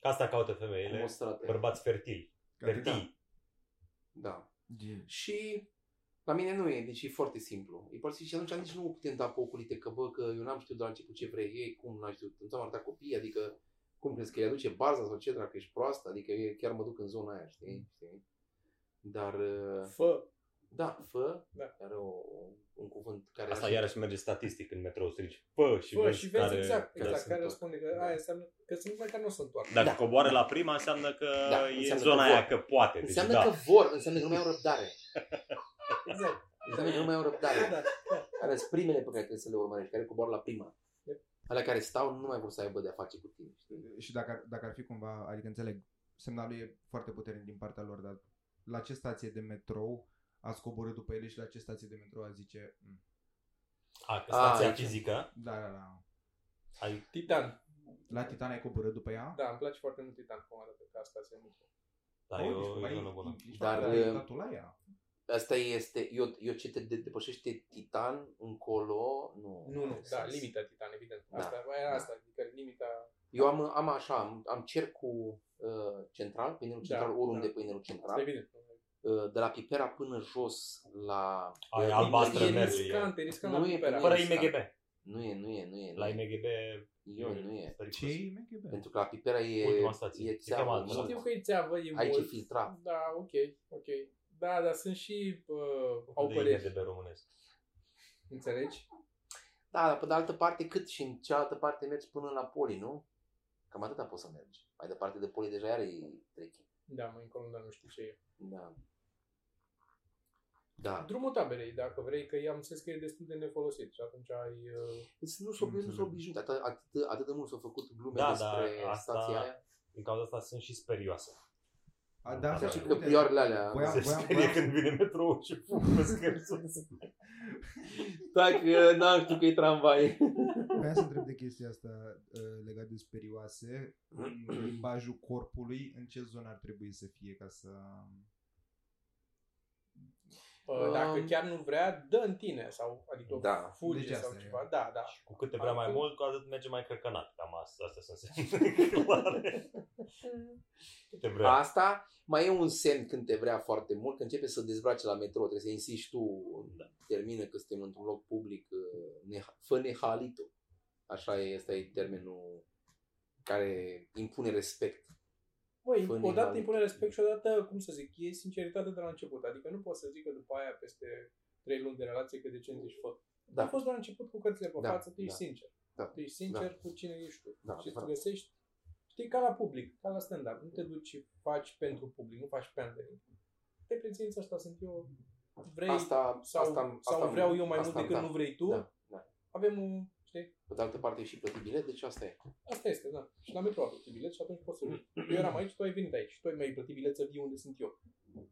B: Ca asta caută femeile.
A: mostrate.
B: Bărbați fertili. Fertili.
A: Da.
C: Gen.
A: Și la mine nu e, deci e foarte simplu. E foarte și atunci nici nu o putem da pe oculite că bă, că eu n-am știut de la început ce vrei ei, cum n-am știut, nu ți-am arătat copii, adică cum crezi că îi aduce barza sau ce, dacă ești proastă, adică eu chiar mă duc în zona aia, știi?
B: Mm.
A: știi? Dar, uh,
D: Fă.
A: da, fă,
D: Da.
A: are o, un cuvânt care...
B: Asta
A: așa-
B: iarăși merge statistic în metrou strici. Pă, și,
D: Fă
B: vezi,
D: și vezi
B: care,
D: exact,
B: da.
D: exact,
A: se
D: care
A: întoarce.
D: răspunde că
A: Da.
D: aia înseamnă că sunt mai care nu se întoarcă.
B: Dacă
A: Da.
B: coboară la prima, înseamnă că
A: Da,
B: e în
A: înseamnă
B: zona
A: că vor.
B: aia că poate. Deci,
A: Înseamnă
B: da.
A: că vor, înseamnă că nu mai au răbdare.
D: Exact.
A: Înseamnă că nu mai au răbdare.
D: Da, da.
A: Care sunt primele pe care trebuie să le urmărești, care coboară la prima. Alea care stau nu mai vor să aibă de-a face cu tine,
D: Mm-hmm.
A: știi?
C: Și dacă, ar- dacă ar fi cumva, adică înțeleg, semnalul e foarte puternic din partea lor, dar la ce stație de metrou ați coborât după ele și la ce stație de metrou ați zice, "Mm,
B: A, că stația
A: aici.
B: fizică.
C: da, da, da.
B: Ai,
D: Titan.
C: La Titan ai coborât după ea?
D: Da, îmi place foarte mult Titan cum arată că asta se mișcă.
B: da, e o e o zonă bună.
A: Dar,
C: Dar
A: eh,
C: ai tu la ea.
A: Asta este, eu, eu ce te de- depășește Titan încolo, nu.
D: Nu, nu,
A: are
D: da,
A: sens.
D: limita Titan, evident.
A: Da.
D: Asta, mai era
A: Da.
D: asta, adică limita...
A: Eu am, am așa, am, am cercul uh, central, pâinelul
D: Da,
A: central, oriunde
D: da.
A: pâinelul
D: Asta
A: central,
D: evident.
A: uh, de la Pipera până jos la...
B: Aia
A: uh,
B: albastră
A: e
B: merge.
D: riscant, e riscant
A: Nu
D: la
A: e
D: Pipera.
A: pe
B: Fără
A: Exact.
B: IMGB.
A: Nu e, nu e, nu e. nu
E: La
A: e.
E: IMGB
A: Ion, nu e.
E: pericol.
C: Ce MGB?
A: Pentru că la pipera e,
E: Ultima stație.
A: e
E: E cam
A: țeavă.
E: altă.
A: mult.
E: Știu
D: Știu că e țeavă, e
A: Aici e
D: mult.
A: filtrat.
D: Da, ok, ok. Da, dar sunt și uh, au
E: de
D: păreri,
E: IMGB românesc.
D: înțelegi?
A: Da, dar pe de altă parte cât și în cealaltă parte mergi până la poli, nu? Cam atâta poți să mergi. Mai departe de poli deja are trecking.
D: Da, mai încolo, dar nu știu ce e.
A: Da. Da.
D: Drumul taberei, dacă vrei, că am înțeles că e destul de nefolosit și atunci ai... Uh,
A: Deci nu s-o, nu s-o
C: Înțeleg.
A: obișnuit. Atât, atât, atât de mult s-au făcut glume
E: Da,
A: despre
E: dar asta-
A: stația aia.
E: Din cauza asta sunt și sperioase.
C: A, Da,
A: Așa
C: asta
A: și
C: uite,
A: că pioarele alea.
C: Voiam-
E: Se
C: voiam-
E: sperie
C: voiam-
E: când vine metrou și fug pe scări.
A: Dacă n-am știut că e tramvai.
C: Vreau să întreb de chestia asta uh, legat de sperioase, în limbajul corpului, în ce zonă ar trebui să fie ca să...
D: uh, dacă
A: Um,
D: chiar nu vrea, dă în tine sau adică
A: Da.
D: da. fuge
C: Deci
D: sau
C: asta e.
D: ceva. Da, da.
E: Cu cât te vrea mai
D: Altfel-
E: mult, cu atât merge mai cărcănat. Cam asta, astea sunt semne clare. Cât te
A: Da.
E: vrea.
A: Asta mai e un semn când te vrea foarte mult, că începe să dezbrace la metrou, trebuie să insisti tu,
E: Da.
A: termină că suntem într-un loc public, uh, neha- fă nehalitul. Așa e, ăsta e termenul care impune respect.
D: Băi,
A: Fă
D: odată
A: nehalit.
D: îi pune respect și odată, cum să zic, e sinceritate de la început. Adică nu poți să zic că după aia, peste trei luni de relație, că de ce îmi zici fă.
A: Da.
D: A fost doar început cu cărțile pe
A: Da,
D: față, tu
A: da.
D: ești sincer.
A: Da.
D: Tu ești sincer cu cine ești tu.
A: Da,
D: și îți
A: adevărat.
D: găsești, știi, ca la public, ca la stand-up. Nu te duci și faci pentru public, nu faci pandering. Te prezinți asta, sunt eu, vrei
A: Asta,
D: sau,
A: asta,
D: sau
A: asta,
D: vreau eu mai
A: asta,
D: mult decât
A: da,
D: nu vrei tu.
A: Da, da.
D: Avem un, știi,
A: Pe de altă parte e și plătit bilet, deci asta e.
D: asta este, da. Și la metro aveți bilet și atunci poți să vii. Eu eram aici, tu ai venit aici. Tu ai mai plătit bilet să vii unde sunt eu.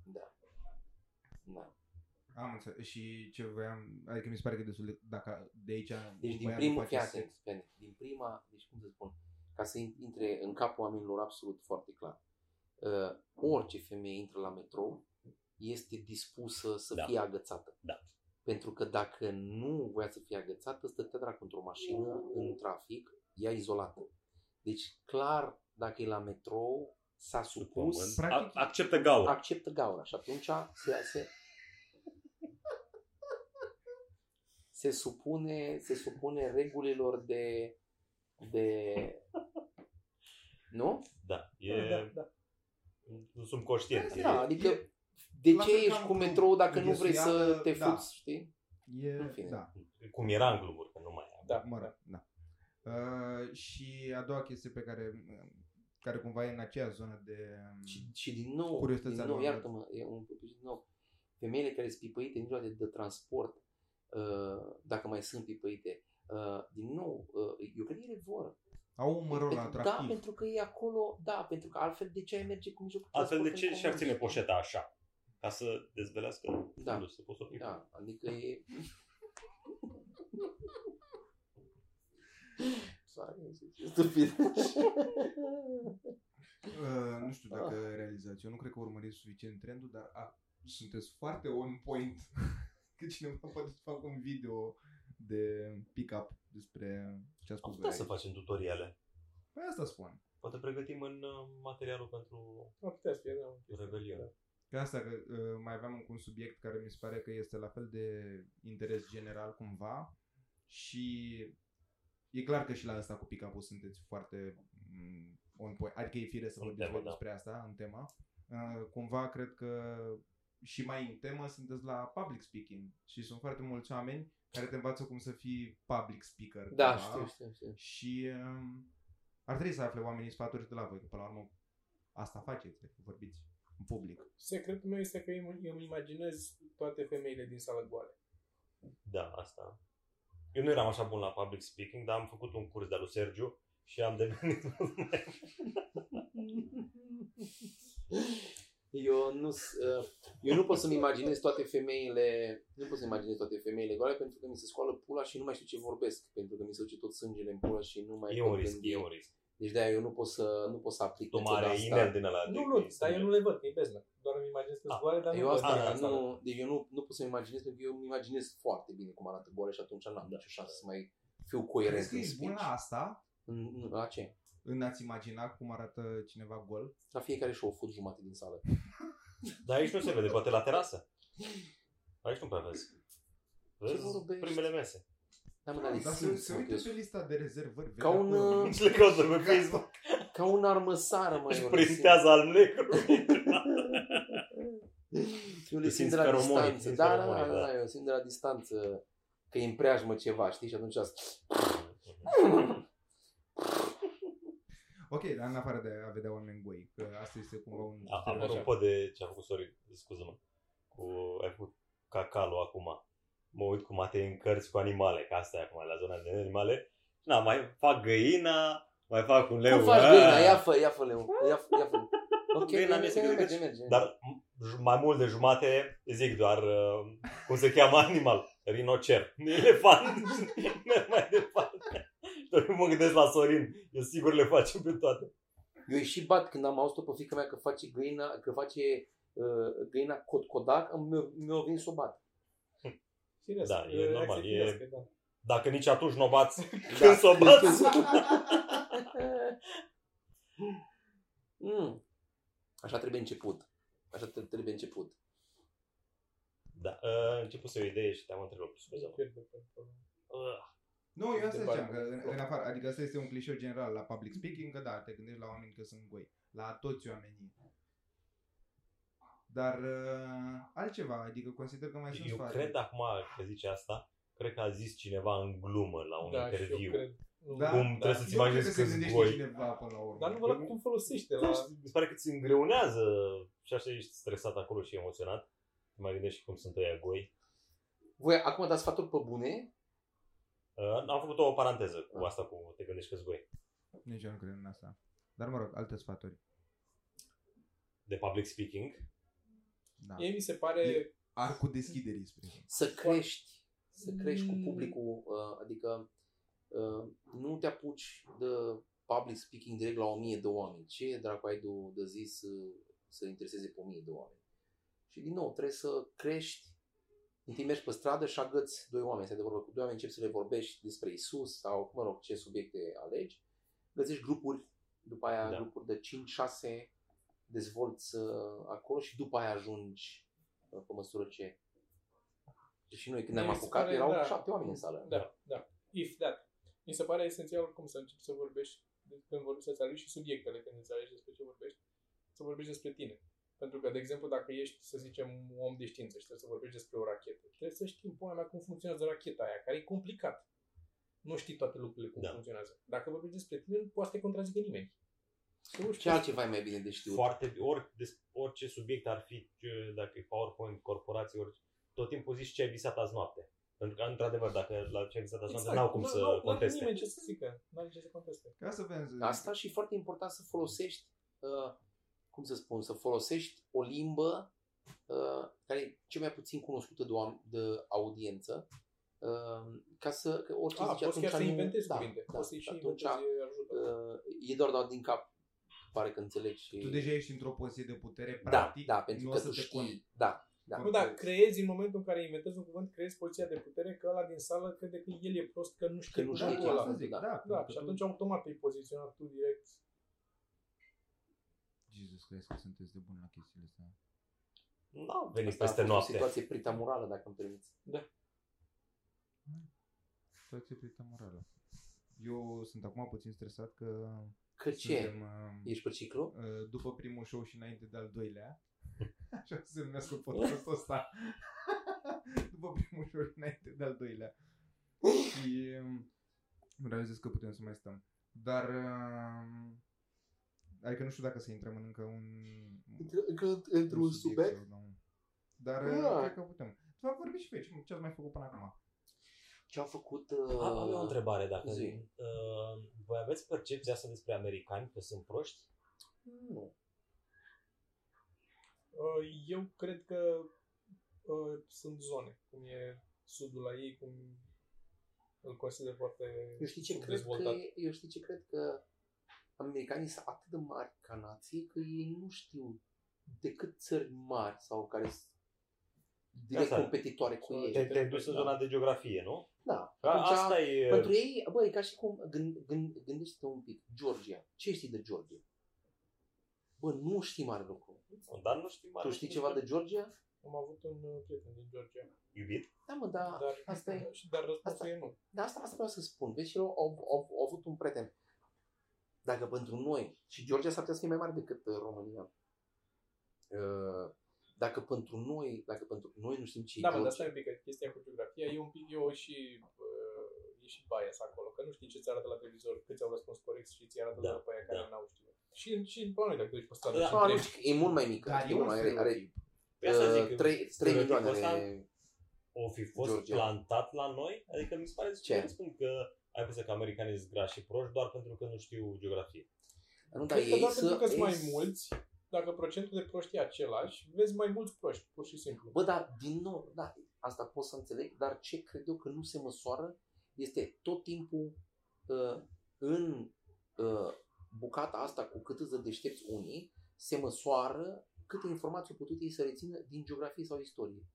A: Da. da.
C: Am înțeles. Și ce voiam... Adică mi se pare că e destul de... Dacă de aici...
A: Deci din
C: băiatul
A: primul,
C: face
A: fii atent,
C: sex.
A: fii atent. din prima, deci cum să spun, ca să intre în capul oamenilor absolut foarte clar. Uh, orice femeie intră la metrou este dispusă să
B: Da.
A: da. fie agățată.
B: Da.
A: Pentru că dacă nu voia să fie agățată, stătea dracu într-o mașină, în trafic, ea izolată. Deci clar, dacă e la metrou, s-a supus,
B: Pământ. A-
C: practic-
B: acceptă gaură.
A: acceptă gaura și atunci se, se, se supune, se supune regulilor de, de nu?
B: Da.
D: Da, da,
B: E,
D: da.
B: nu sunt conștient. E,
A: Da, adică de
C: la
A: ce
C: fel ca
A: ești
C: în
A: cu
C: club.
A: metrou dacă nu
C: Deci
A: vrei să
C: iată,
A: te
C: da.
A: fuți, știi? În
C: E,
A: fine.
C: da,
B: cum era în cluburi, că nu mai e.
D: Da,
C: mă
D: da.
C: rog, da. Uh, și a doua chestie pe care, care cumva e în aceea zonă de...
A: Și, și din nou,
C: Curiozitatea
A: din nou
C: mea.
A: iartă-mă, e un pic din nou, femeile care sunt pipăite în mijloace de transport, uh, dacă mai sunt pipăite, uh, din nou, uh, eu cred că ele vor.
C: Au un mărol
A: Pentru- Da,
C: atractiv.
A: pentru că e acolo, da, pentru că altfel de ce ai merge cu mijlocul
B: Altfel de ce
A: transportului
B: și-ar ține
A: comun?
B: poșeta așa? Ca să dezvelească
A: Da.
B: fundul, să poți să pui.
A: Da, adică e... Soare, nu știu ce Stupid.
C: Uh, nu știu dacă
A: Ah.
C: realizați. Eu nu cred că urmăriți suficient trendul, dar a, sunteți foarte on point. că cineva poate să facă un video de pick-up despre ce a
B: Am
C: spus
B: putea
C: Gaia.
B: să facem tutoriale.
C: Păi asta spun.
B: Poate pregătim în uh, materialul pentru
D: Ar putea să fie, da.
B: Revelion.
C: Că asta că uh, mai aveam încă un subiect care mi se pare că este la fel de interes general cumva și e clar că și la asta cu pick-up-ul sunteți foarte mm, on point. Adică e fire să
B: În
C: vorbiți
B: temă,
C: voi
B: da.
C: despre asta în tema. Uh, cumva cred că și mai în temă sunteți la public speaking și sunt foarte mulți oameni care te învață cum să fii public speaker.
A: Da,
C: cumva.
A: știu, știu, știu.
C: Și um, ar trebui să afle oamenii sfaturi de la voi, că până la urmă asta faceți, adică vorbiți în public.
D: Secretul meu este că eu îmi- eu îmi imaginez toate femeile din sală goale.
B: Da, asta. Eu nu eram așa bun la public speaking, dar am făcut un curs de lui Sergiu și am devenit
A: Eu nu, s- uh, eu nu pot să-mi imaginez toate femeile, nu pot să-mi imaginez toate femeile goale pentru că mi se scoală pula și nu mai știu ce vorbesc, pentru că mi se duce tot sângele în pula și nu mai
B: E
A: pot
B: un risc,
A: gândi.
B: e un risc.
A: Deci de-aia eu nu pot să, nu pot să aplic
B: Tu
A: metoda
B: mare inel din ăla. Da, de-
D: Deci, da, Nu, nu,
B: de-
D: dar eu nu le văd, e beznă. Doar îmi imaginez că
B: A,
D: zboare, dar nu
A: Eu
D: văd
A: asta,
B: Ah,
D: din
B: da,
A: da,
D: asta.
A: nu, deci eu nu, nu pot să-mi imaginez pentru că eu îmi imaginez foarte bine cum arată boala și atunci n-am nicio șansă să mai fiu coerent
C: Crezi că ești bun la asta?
A: În- în- La ce?
C: În a-ți imagina cum arată cineva gol?
A: La fiecare și-o fut jumate din sală.
B: Dar aici nu se vede, poate la terasă. Aici nu prea vezi. Vezi
A: vorbești?
B: primele mese.
A: Da, mă, dar
C: Da,
A: sunt
C: se, se uită pe
A: motive.
C: lista de rezervări. vede
A: Ca un,
C: acolo.
A: uh,
B: Și le caută pe Facebook.
A: Ca un armăsară, mă.
B: Își printează al negru.
A: Eu le simt
B: Te simți
A: de la
B: feromonii,
A: distanță.
B: simți
A: Da, da, da,
B: feromonii,
A: da,
B: da.
A: eu simt de la distanță că îi împreajmă ceva, știi? Și atunci azi...
C: Ok, dar în afară de a vedea oameni goi, că asta este cumva un...
B: A-
C: stereotip.
B: Da, Apropo de ce a făcut Sorin, scuză-mă, cu, ai făcut cacalul acum. Mă uit cu Matei în cărți cu animale, că asta e acum la zona de animale. Na, mai fac găina, mai fac un leu.
A: Cum faci
B: ah.
A: găina? Ia fă, ia fă, leu. Ia fă, ia fă. Ok,
B: Găina
A: merge,
B: mi-este
A: merge,
B: greu de
A: merge, merge.
B: Dar m- j- mai mult de jumate zic doar uh, cum se cheamă animal. Rinocer. Elefant. Merg mai departe. Doar că mă gândesc la Sorin. Eu sigur le facem pe toate.
A: Eu îi și bat când am auzit-o pe fiica mea că face găina, că face uh, găina cotcodac, îmi- mi-o vin să o bat.
D: Firesc,
B: Da, e
D: reacție
B: normal, e-
D: firească, da.
B: Dacă nici atunci nu o bați,
A: Da.
B: când s-o bați?
A: Mm. Așa trebuie început. Așa tre- trebuie început.
B: Da, uh, începuse o idee și te-am întrerupt, scuze-mă.
D: Pierde pe- pe-
B: Uh,
C: Nu, eu asta
D: De
C: ziceam,
D: bar-
C: că în, în afară, adică asta este un clișeu general la public speaking, că da, te gândești la oameni că sunt goi, la toți oamenii. Dar uh, altceva, adică consider că mai sunt
B: Eu
C: sfaturi.
B: cred da, acum că zice asta, cred că a zis cineva în glumă la un
D: Da, și eu
B: interviu.
D: cred.
C: Da.
B: Cum trebuie
C: Eu
B: să-ți
C: nu cred
B: imaginezi că
C: că se
B: sunt
C: gândește
B: goi.
C: cineva până la urmă.
D: Dar nu vă la cum folosește
B: Da,
D: la...
B: și mi se pare că ți îngreunează și așa ești stresat acolo și emoționat. Te mai gândești și cum sunt ăia goi.
A: Voi acum dați sfaturi pe bune?
B: Uh, am făcut o paranteză
D: Ah.
B: cu asta cu te gândești că goi.
C: Nici eu nu cred în asta. Dar mă rog, alte sfaturi.
B: De public speaking.
C: Da.
D: Mie mi se pare...
C: Arcul deschiderii, spre exemplu.
A: Să crești. Să crești cu
D: Mm.
A: publicul. Uh, adică uh, nu te apuci de public speaking direct la o mie de oameni. Ce dracu ai de, de zis să, să intereseze pe o mie de oameni? Și din nou, trebuie să crești. Întâi mergi pe stradă și agăți doi oameni, să de vorbă cu doi oameni, începi să le vorbești despre Isus sau, mă rog, ce subiecte alegi. Găsești grupuri, după aia da.
B: Da.
A: grupuri de 5-6, dezvolți uh, acolo și după aia ajungi uh, pe măsură ce. Deci Și noi când ne-am
D: Mi se
A: apucat
D: pare,
A: erau
D: da.
A: șapte oameni în sală.
D: Da, da. If that. Mi se pare esențial cum să începi să vorbești de- când vorbești să alegi și subiectele când îți alegi despre ce vorbești, să vorbești despre tine. Pentru că, de exemplu, dacă ești, să zicem, un om de știință și trebuie să vorbești despre o rachetă, trebuie să știi, până mea, cum funcționează racheta aia, care e complicat. Nu știi toate lucrurile cum
B: Da.
D: funcționează. Dacă vorbești despre tine, nu poate să te contrazică nimeni. Tu nu
A: Ce
D: știi.
A: altceva e mai bine de știut?
B: Foarte, ori, des, orice subiect ar fi, ce- dacă e PowerPoint, corporații, orice, tot timpul zici ce ai visat azi noapte. Pentru că, într-adevăr, dacă la ce ai visat azi noapte, n-au cum
D: Exact. Nu- nu-
B: să
D: n-are
B: conteste.
D: nimeni ce să zică. N-are ce să conteste.
C: Ca să vezi.
A: Asta și foarte important să folosești, uh, cum să spun, să folosești o limbă uh, care e cel mai puțin cunoscută de, oam- de audiență, uh, ca să, că orice
D: A,
A: zice
D: Ah, poți chiar să
A: nu-
D: inventezi
A: da,
D: cuvinte.
A: da,
D: Poți să-i
A: și
D: și
A: atunci
D: inventezi ajută.
A: uh, e doar dat din cap, pare că înțelegi. și-
C: Tu deja ești într-o poziție de putere,
A: da,
C: practic,
A: da, pentru
C: nu
A: că
C: o să
A: tu
C: te
A: știi. Da, da.
D: Nu, dar creezi în momentul în care inventezi un cuvânt, creezi poziția de putere că ăla din sală crede că el e prost, că nu știe
A: Că nu
D: cuvântul
A: știe
C: Da,
A: ce
D: ăla.
C: asta zic,
A: da,
C: da.
D: Da,
C: pentru că
D: și
C: tu-
D: atunci automat te-ai poziționat tu direct.
C: Jesus Christ, că sunteți de buni la chestiile astea.
B: N-au venit
A: da, Asta a
B: peste
A: fost o
B: noapte.
A: situație pritamurală, dacă îmi permiți.
C: Situație prietena morală. Eu sunt acum puțin stresat că
A: Că ce?
C: suntem uh,
A: Ești pe ciclu?
C: uh, după primul show și înainte de al doilea. Așa o să se numească podcastul ăsta. după primul show și înainte de al doilea. Și um, realizez că putem să mai stăm. Dar um, adică nu știu dacă să intrăm în încă un
A: Încă
C: un subiect. sau nu. Dar
A: Da.
C: uh, cred că putem. Tu am vorbit și pe aici, ce ați mai făcut până acum?
A: Ce a făcut... uh,
B: A, Am eu o întrebare, dacă
A: zi.
B: uh, voi aveți percepția asta despre americani, că sunt proști?
A: Nu.
D: Uh, Eu cred că uh, sunt zone, cum e sudul la ei, cum îl consider foarte
A: Eu știi ce cred că,
D: subdezvoltat.
A: eu știi ce cred că americanii sunt atât de mari ca nație că ei nu știu decât țări mari sau care sunt direct
B: Asta.
A: competitoare cu ei.
B: Te, te-ai dus în zona de geografie, nu?
A: Da.
B: Că
A: Atunci,
B: Exact. asta e...
A: Pentru ei, bă, e ca și cum, gând, gând, gândește-te un pic, Georgia, ce știi de Georgia? Bă, nu știi mare lucru.
B: Dar nu știu mare.
A: Tu știi ceva de Georgia?
D: Am avut un uh, prieten din Georgia.
B: Iubit?
A: Da, mă, Nu, dar
D: Dar,
A: asta e.
D: și- dar răspunsul e nu.
A: Dar asta, asta vreau să spun. Vezi, și eu au, au, au avut un prieten. Dacă pentru noi, și Georgia s-ar putea să fie mai mare decât uh, România, Uh, dacă pentru noi, dacă pentru noi nu știm ce
D: Da,
A: e
D: mă, dar
A: Georgia,
D: stai un pic, că chestia cu geografia e un pic, e o și, uh, e și bias acolo, că nu știi ce ți arată la televizor, câți au răspuns corect și ți arată
B: Da,
D: da, după aia care
B: da.
D: n-au știut. Și, și la noi, dacă te duci pe stradă
B: Da.
D: și
A: Nu, nu,
D: întrebi,
A: știu, e mult mai mică.
C: Dar
A: știi,
C: e un
A: mult mai- are, are,
C: stereotip.
B: Pe Păi asta zic,
A: uh, 3, 3
B: stereotipul
A: milioane
B: ăsta-
A: de...
B: o fi fost
A: Georgia.
B: plantat la noi? Adică mi se pare
A: Ce?
B: ce spun că ai văzut că americanii sunt grași și proști doar pentru că nu știu geografie.
A: Nu, dar
D: Cred că
A: ei
D: doar
A: să-
D: pentru că sunt
A: ei
D: mai
A: să-
D: mulți, dacă procentul de proști e același, vezi mai mulți proști, pur și simplu.
A: Bă, dar din nou, da, asta pot să înțeleg, dar ce cred eu că nu se măsoară este tot timpul uh, în uh, bucata asta cu cât îți deștepți unii, se măsoară câte informații au putut ei să rețină din geografie sau istorie.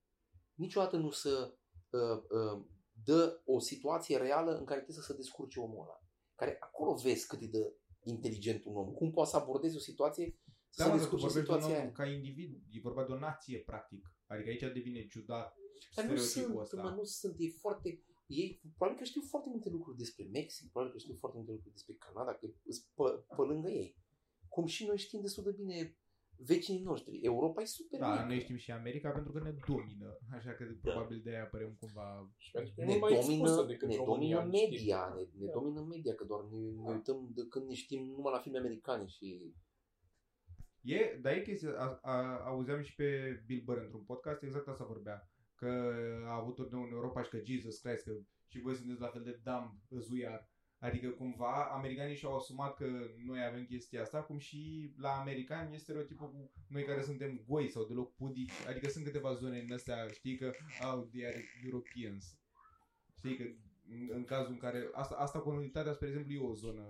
A: Niciodată nu se uh, uh, dă o situație reală în care trebuie să se descurce omul ăla. Care acolo vezi cât e de inteligent un om. Cum poate să abordezi o situație să
C: Da, mă, dar tu
A: descurce
C: vorbești de un
A: situația aia.
C: om ca individ, e vorba de o nație, practic. Adică aici devine ciudat
A: Dar nu
C: stereotipul
A: sunt,
C: ăsta.
A: mă, nu sunt, e foarte... Ei, probabil că știu foarte multe lucruri despre Mexic, probabil că știu foarte multe lucruri despre Canada, că sunt pe, pe lângă ei. Cum și noi știm destul de bine vecinii noștri. Europa e super
C: Da,
A: mică.
C: noi știm și America pentru că ne domină, așa că probabil de aia părem cumva...
D: Și pentru că e
A: ne
D: mult mai expusă
A: domină,
D: decât
A: ne
D: România.
A: domină
D: în
A: media,
D: știri.
A: ne, ne
D: Da.
A: domină media, că doar ne, ne uităm de când ne știm numai la filme americane și
C: E, dar e chestia, a, a, auzeam și pe Bill Burr într-un podcast, exact asta vorbea, că a avut turneu în Europa și că Jesus Christ, că și voi sunteți la fel de dumb, zuiar. Adică cumva americanii și-au asumat că noi avem chestia asta, cum și la americani este stereotipul cu noi care suntem goi sau deloc pudici. Adică sunt câteva zone în astea, știi că, au, they are Europeans. Știi că în, în cazul în care, asta, asta comunitatea, spre exemplu, e o zonă.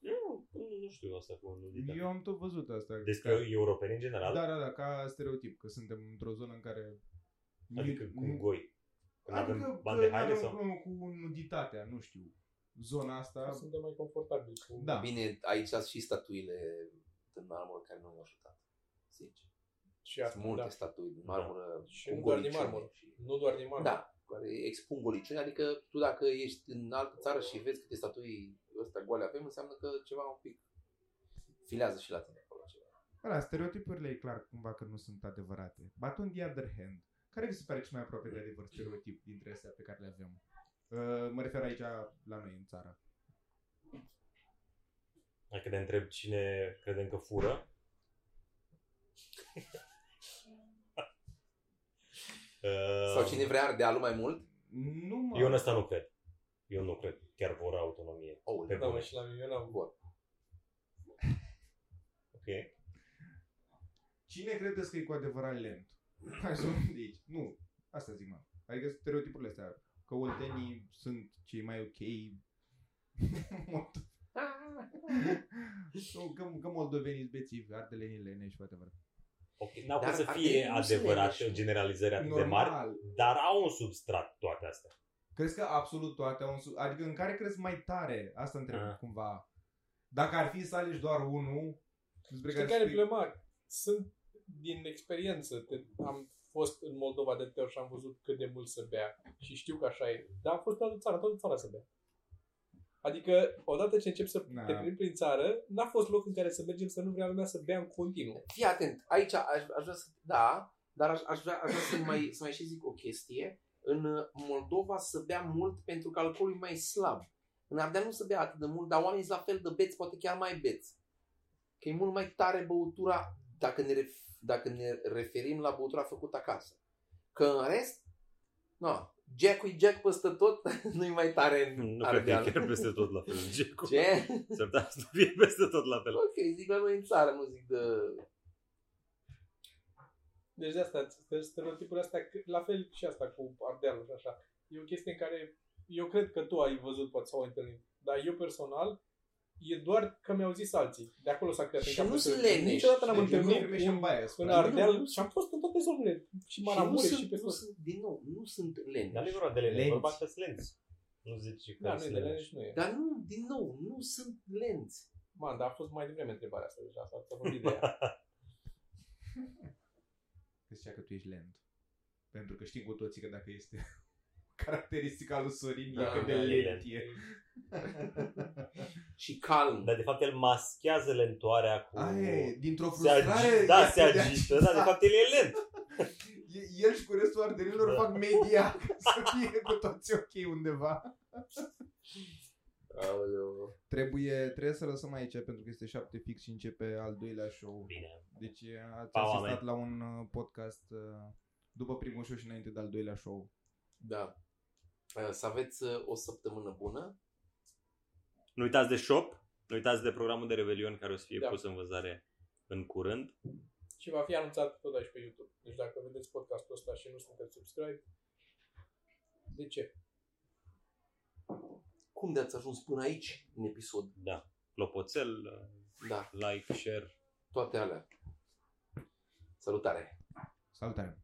B: Eu nu, nu știu asta cu nuditatea.
C: Eu am tot văzut asta.
B: Da. Despre
C: că-
B: europeni în general,
C: da, da, da, ca stereotip, că suntem într-o zonă în care...
B: adică cu goi. Când
C: Adică
B: avem
C: că
B: bani de haine
C: n-avem
B: sau...
C: problemă cu nuditatea, nu știu. Zona
D: Că
C: asta...
D: Suntem mai confortabili cu...
C: Da.
A: bine, aici sunt și statuile de marmură care nu ne-au ajutat. Sincer.
D: Și asta,
A: Sunt multe
D: da.
A: statui de marmură
D: Și
A: cu
D: nu doar din
A: goliciune
D: marmură.
A: și-
D: Nu doar din marmură.
A: Da, care expun goliciune, adică tu dacă ești în altă țară și vezi câte statui ăsta goale avem, înseamnă că ceva un pic filează și la tine acolo ceva.
C: Bă, Da, stereotipurile e clar cumva că nu sunt adevărate. But on the other hand, care vi se pare cel mai aproape de adevăr stereotip dintre astea pe care le avem? Uh, mă refer aici la noi în țară.
B: Dacă te întreb cine credem că fură. Uh,
A: Sau cine vrea ardealul mai mult?
C: Nu mă...
B: Eu în asta nu cred. Eu nu cred. Chiar vor autonomie.
A: Oh,
B: Pe
D: Da, mă,
B: bune.
D: și la mine, eu n-am
A: Vor.
B: Ok.
C: Cine credeți că e cu adevărat lent? Hai să luăm de aici. Nu, asta zic, mă. Adică stereotipurile astea, că oltenii sunt cei mai ok, Nu, că, că moldovenii sunt bețivi, ardelenii leneși, whatever.
B: Ok, n-au
A: Dar
B: cum să
A: ar
B: fie
A: trebui să
B: adevărate
A: lenești.
B: generalizări atât de mari,
C: Normal.
B: dar au un substrat toate astea.
C: Crezi că absolut toate au un sub... Adică în care crezi mai tare? Asta întreb
B: Ah.
C: cumva. Dacă ar fi să alegi doar unul, despre
D: Știi
C: care,
D: care e
C: să fii-
D: problema? Sunt din experiență. Te, am fost în Moldova de teori și am văzut cât de mult se bea. Și știu că așa e. Dar am fost în altă țară, în toată țara se bea. Adică, odată ce încep să
C: Da.
D: te plimbi prin țară, n-a fost loc în care să mergem să nu vrea lumea să bea în continuu.
A: Fii atent, aici aș, aș vrea să, da, dar aș, aș vrea, aș vrea să, mai, să mai și zic o chestie. În uh, Moldova să bea mult pentru că alcoolul e mai slab. În Ardeal nu se bea atât de mult, dar oamenii sunt la fel de beți, poate chiar mai beți. Că e mult mai tare băutura dacă ne, ref, dacă ne referim la băutura făcută acasă. Că în rest, no, Jack-ul e Jack peste tot, nu-i mai tare în
B: Nu cred că e
A: Ardeal.
B: chiar peste tot la fel. Gecu.
A: Ce?
B: S-ar putea să fie peste tot la fel.
A: Ok, zic la noi în țară, nu zic de...
D: Deci de asta, stereotipurile astea, că- la fel și asta cu Ardealul și așa. E o chestie în care eu cred că tu ai văzut, poate, sau ai întâlnit. Dar eu personal, e doar că mi-au zis alții. De acolo s-a creat
A: Și
D: în capul
A: nu sunt
D: stereotipul.
A: leneși.
D: Niciodată n-am
A: Deci
C: Deci eu nu
D: întâlnit
C: primești
D: un
C: în bias.
D: În
C: frate.
A: nu-
D: Ardeal și am fost în toate zonele. Și
A: nu
D: Maramure și,
A: sunt-
D: pe
A: nu
D: tot.
A: sunt, din nou, nu sunt
B: Dar nu e
A: leneși.
B: vorba de lene,
C: Lenți.
B: vorba că sunt lenți. Nu zici că
D: Da, nu e
B: sunt
D: de
B: lene.
D: leneș, nu e.
A: Dar nu, din nou, nu sunt lenți.
D: Man, dar a fost mai devreme întrebarea asta deja, s-a s-a vorbit de ea.
C: Că zicea că tu ești lent. Pentru că știm cu toții că dacă este Caracteristica lui Sorin
A: Da,
C: e cât de
A: da,
E: e
C: lent e.
A: Și calm.
B: Dar de fapt el maschează lentoarea cu...
C: Aia e, dintr-o
B: Oh. se
C: frustrare...
B: agi... Da,
C: ea
B: se
C: de-
B: agită, dar de fapt el e lent.
C: E- El și cu restul arderilor
B: Da.
C: fac media ca să fie cu toți ok undeva.
A: Aoleu.
C: Trebuie, trebuie să lăsăm aici pentru că este șapte fix și începe al doilea show.
B: Bine.
C: Deci ați
B: Pa,
C: asistat
B: oameni.
C: la un uh, podcast uh, după primul show și înainte de al doilea show.
A: Da. Uh, Să aveți uh, o săptămână bună.
B: Nu uitați de shop, nu uitați de programul de Revelion care o să fie
D: Da.
B: pus în vânzare în curând.
D: Și va fi anunțat tot aici pe YouTube. Deci dacă vedeți podcastul ăsta și nu sunteți subscribe, de ce?
A: Cum de ați ajuns până aici în episod?
B: Da. Clopoțel,
A: Da,
B: like, share.
A: toate alea. Salutare!
C: Salutare!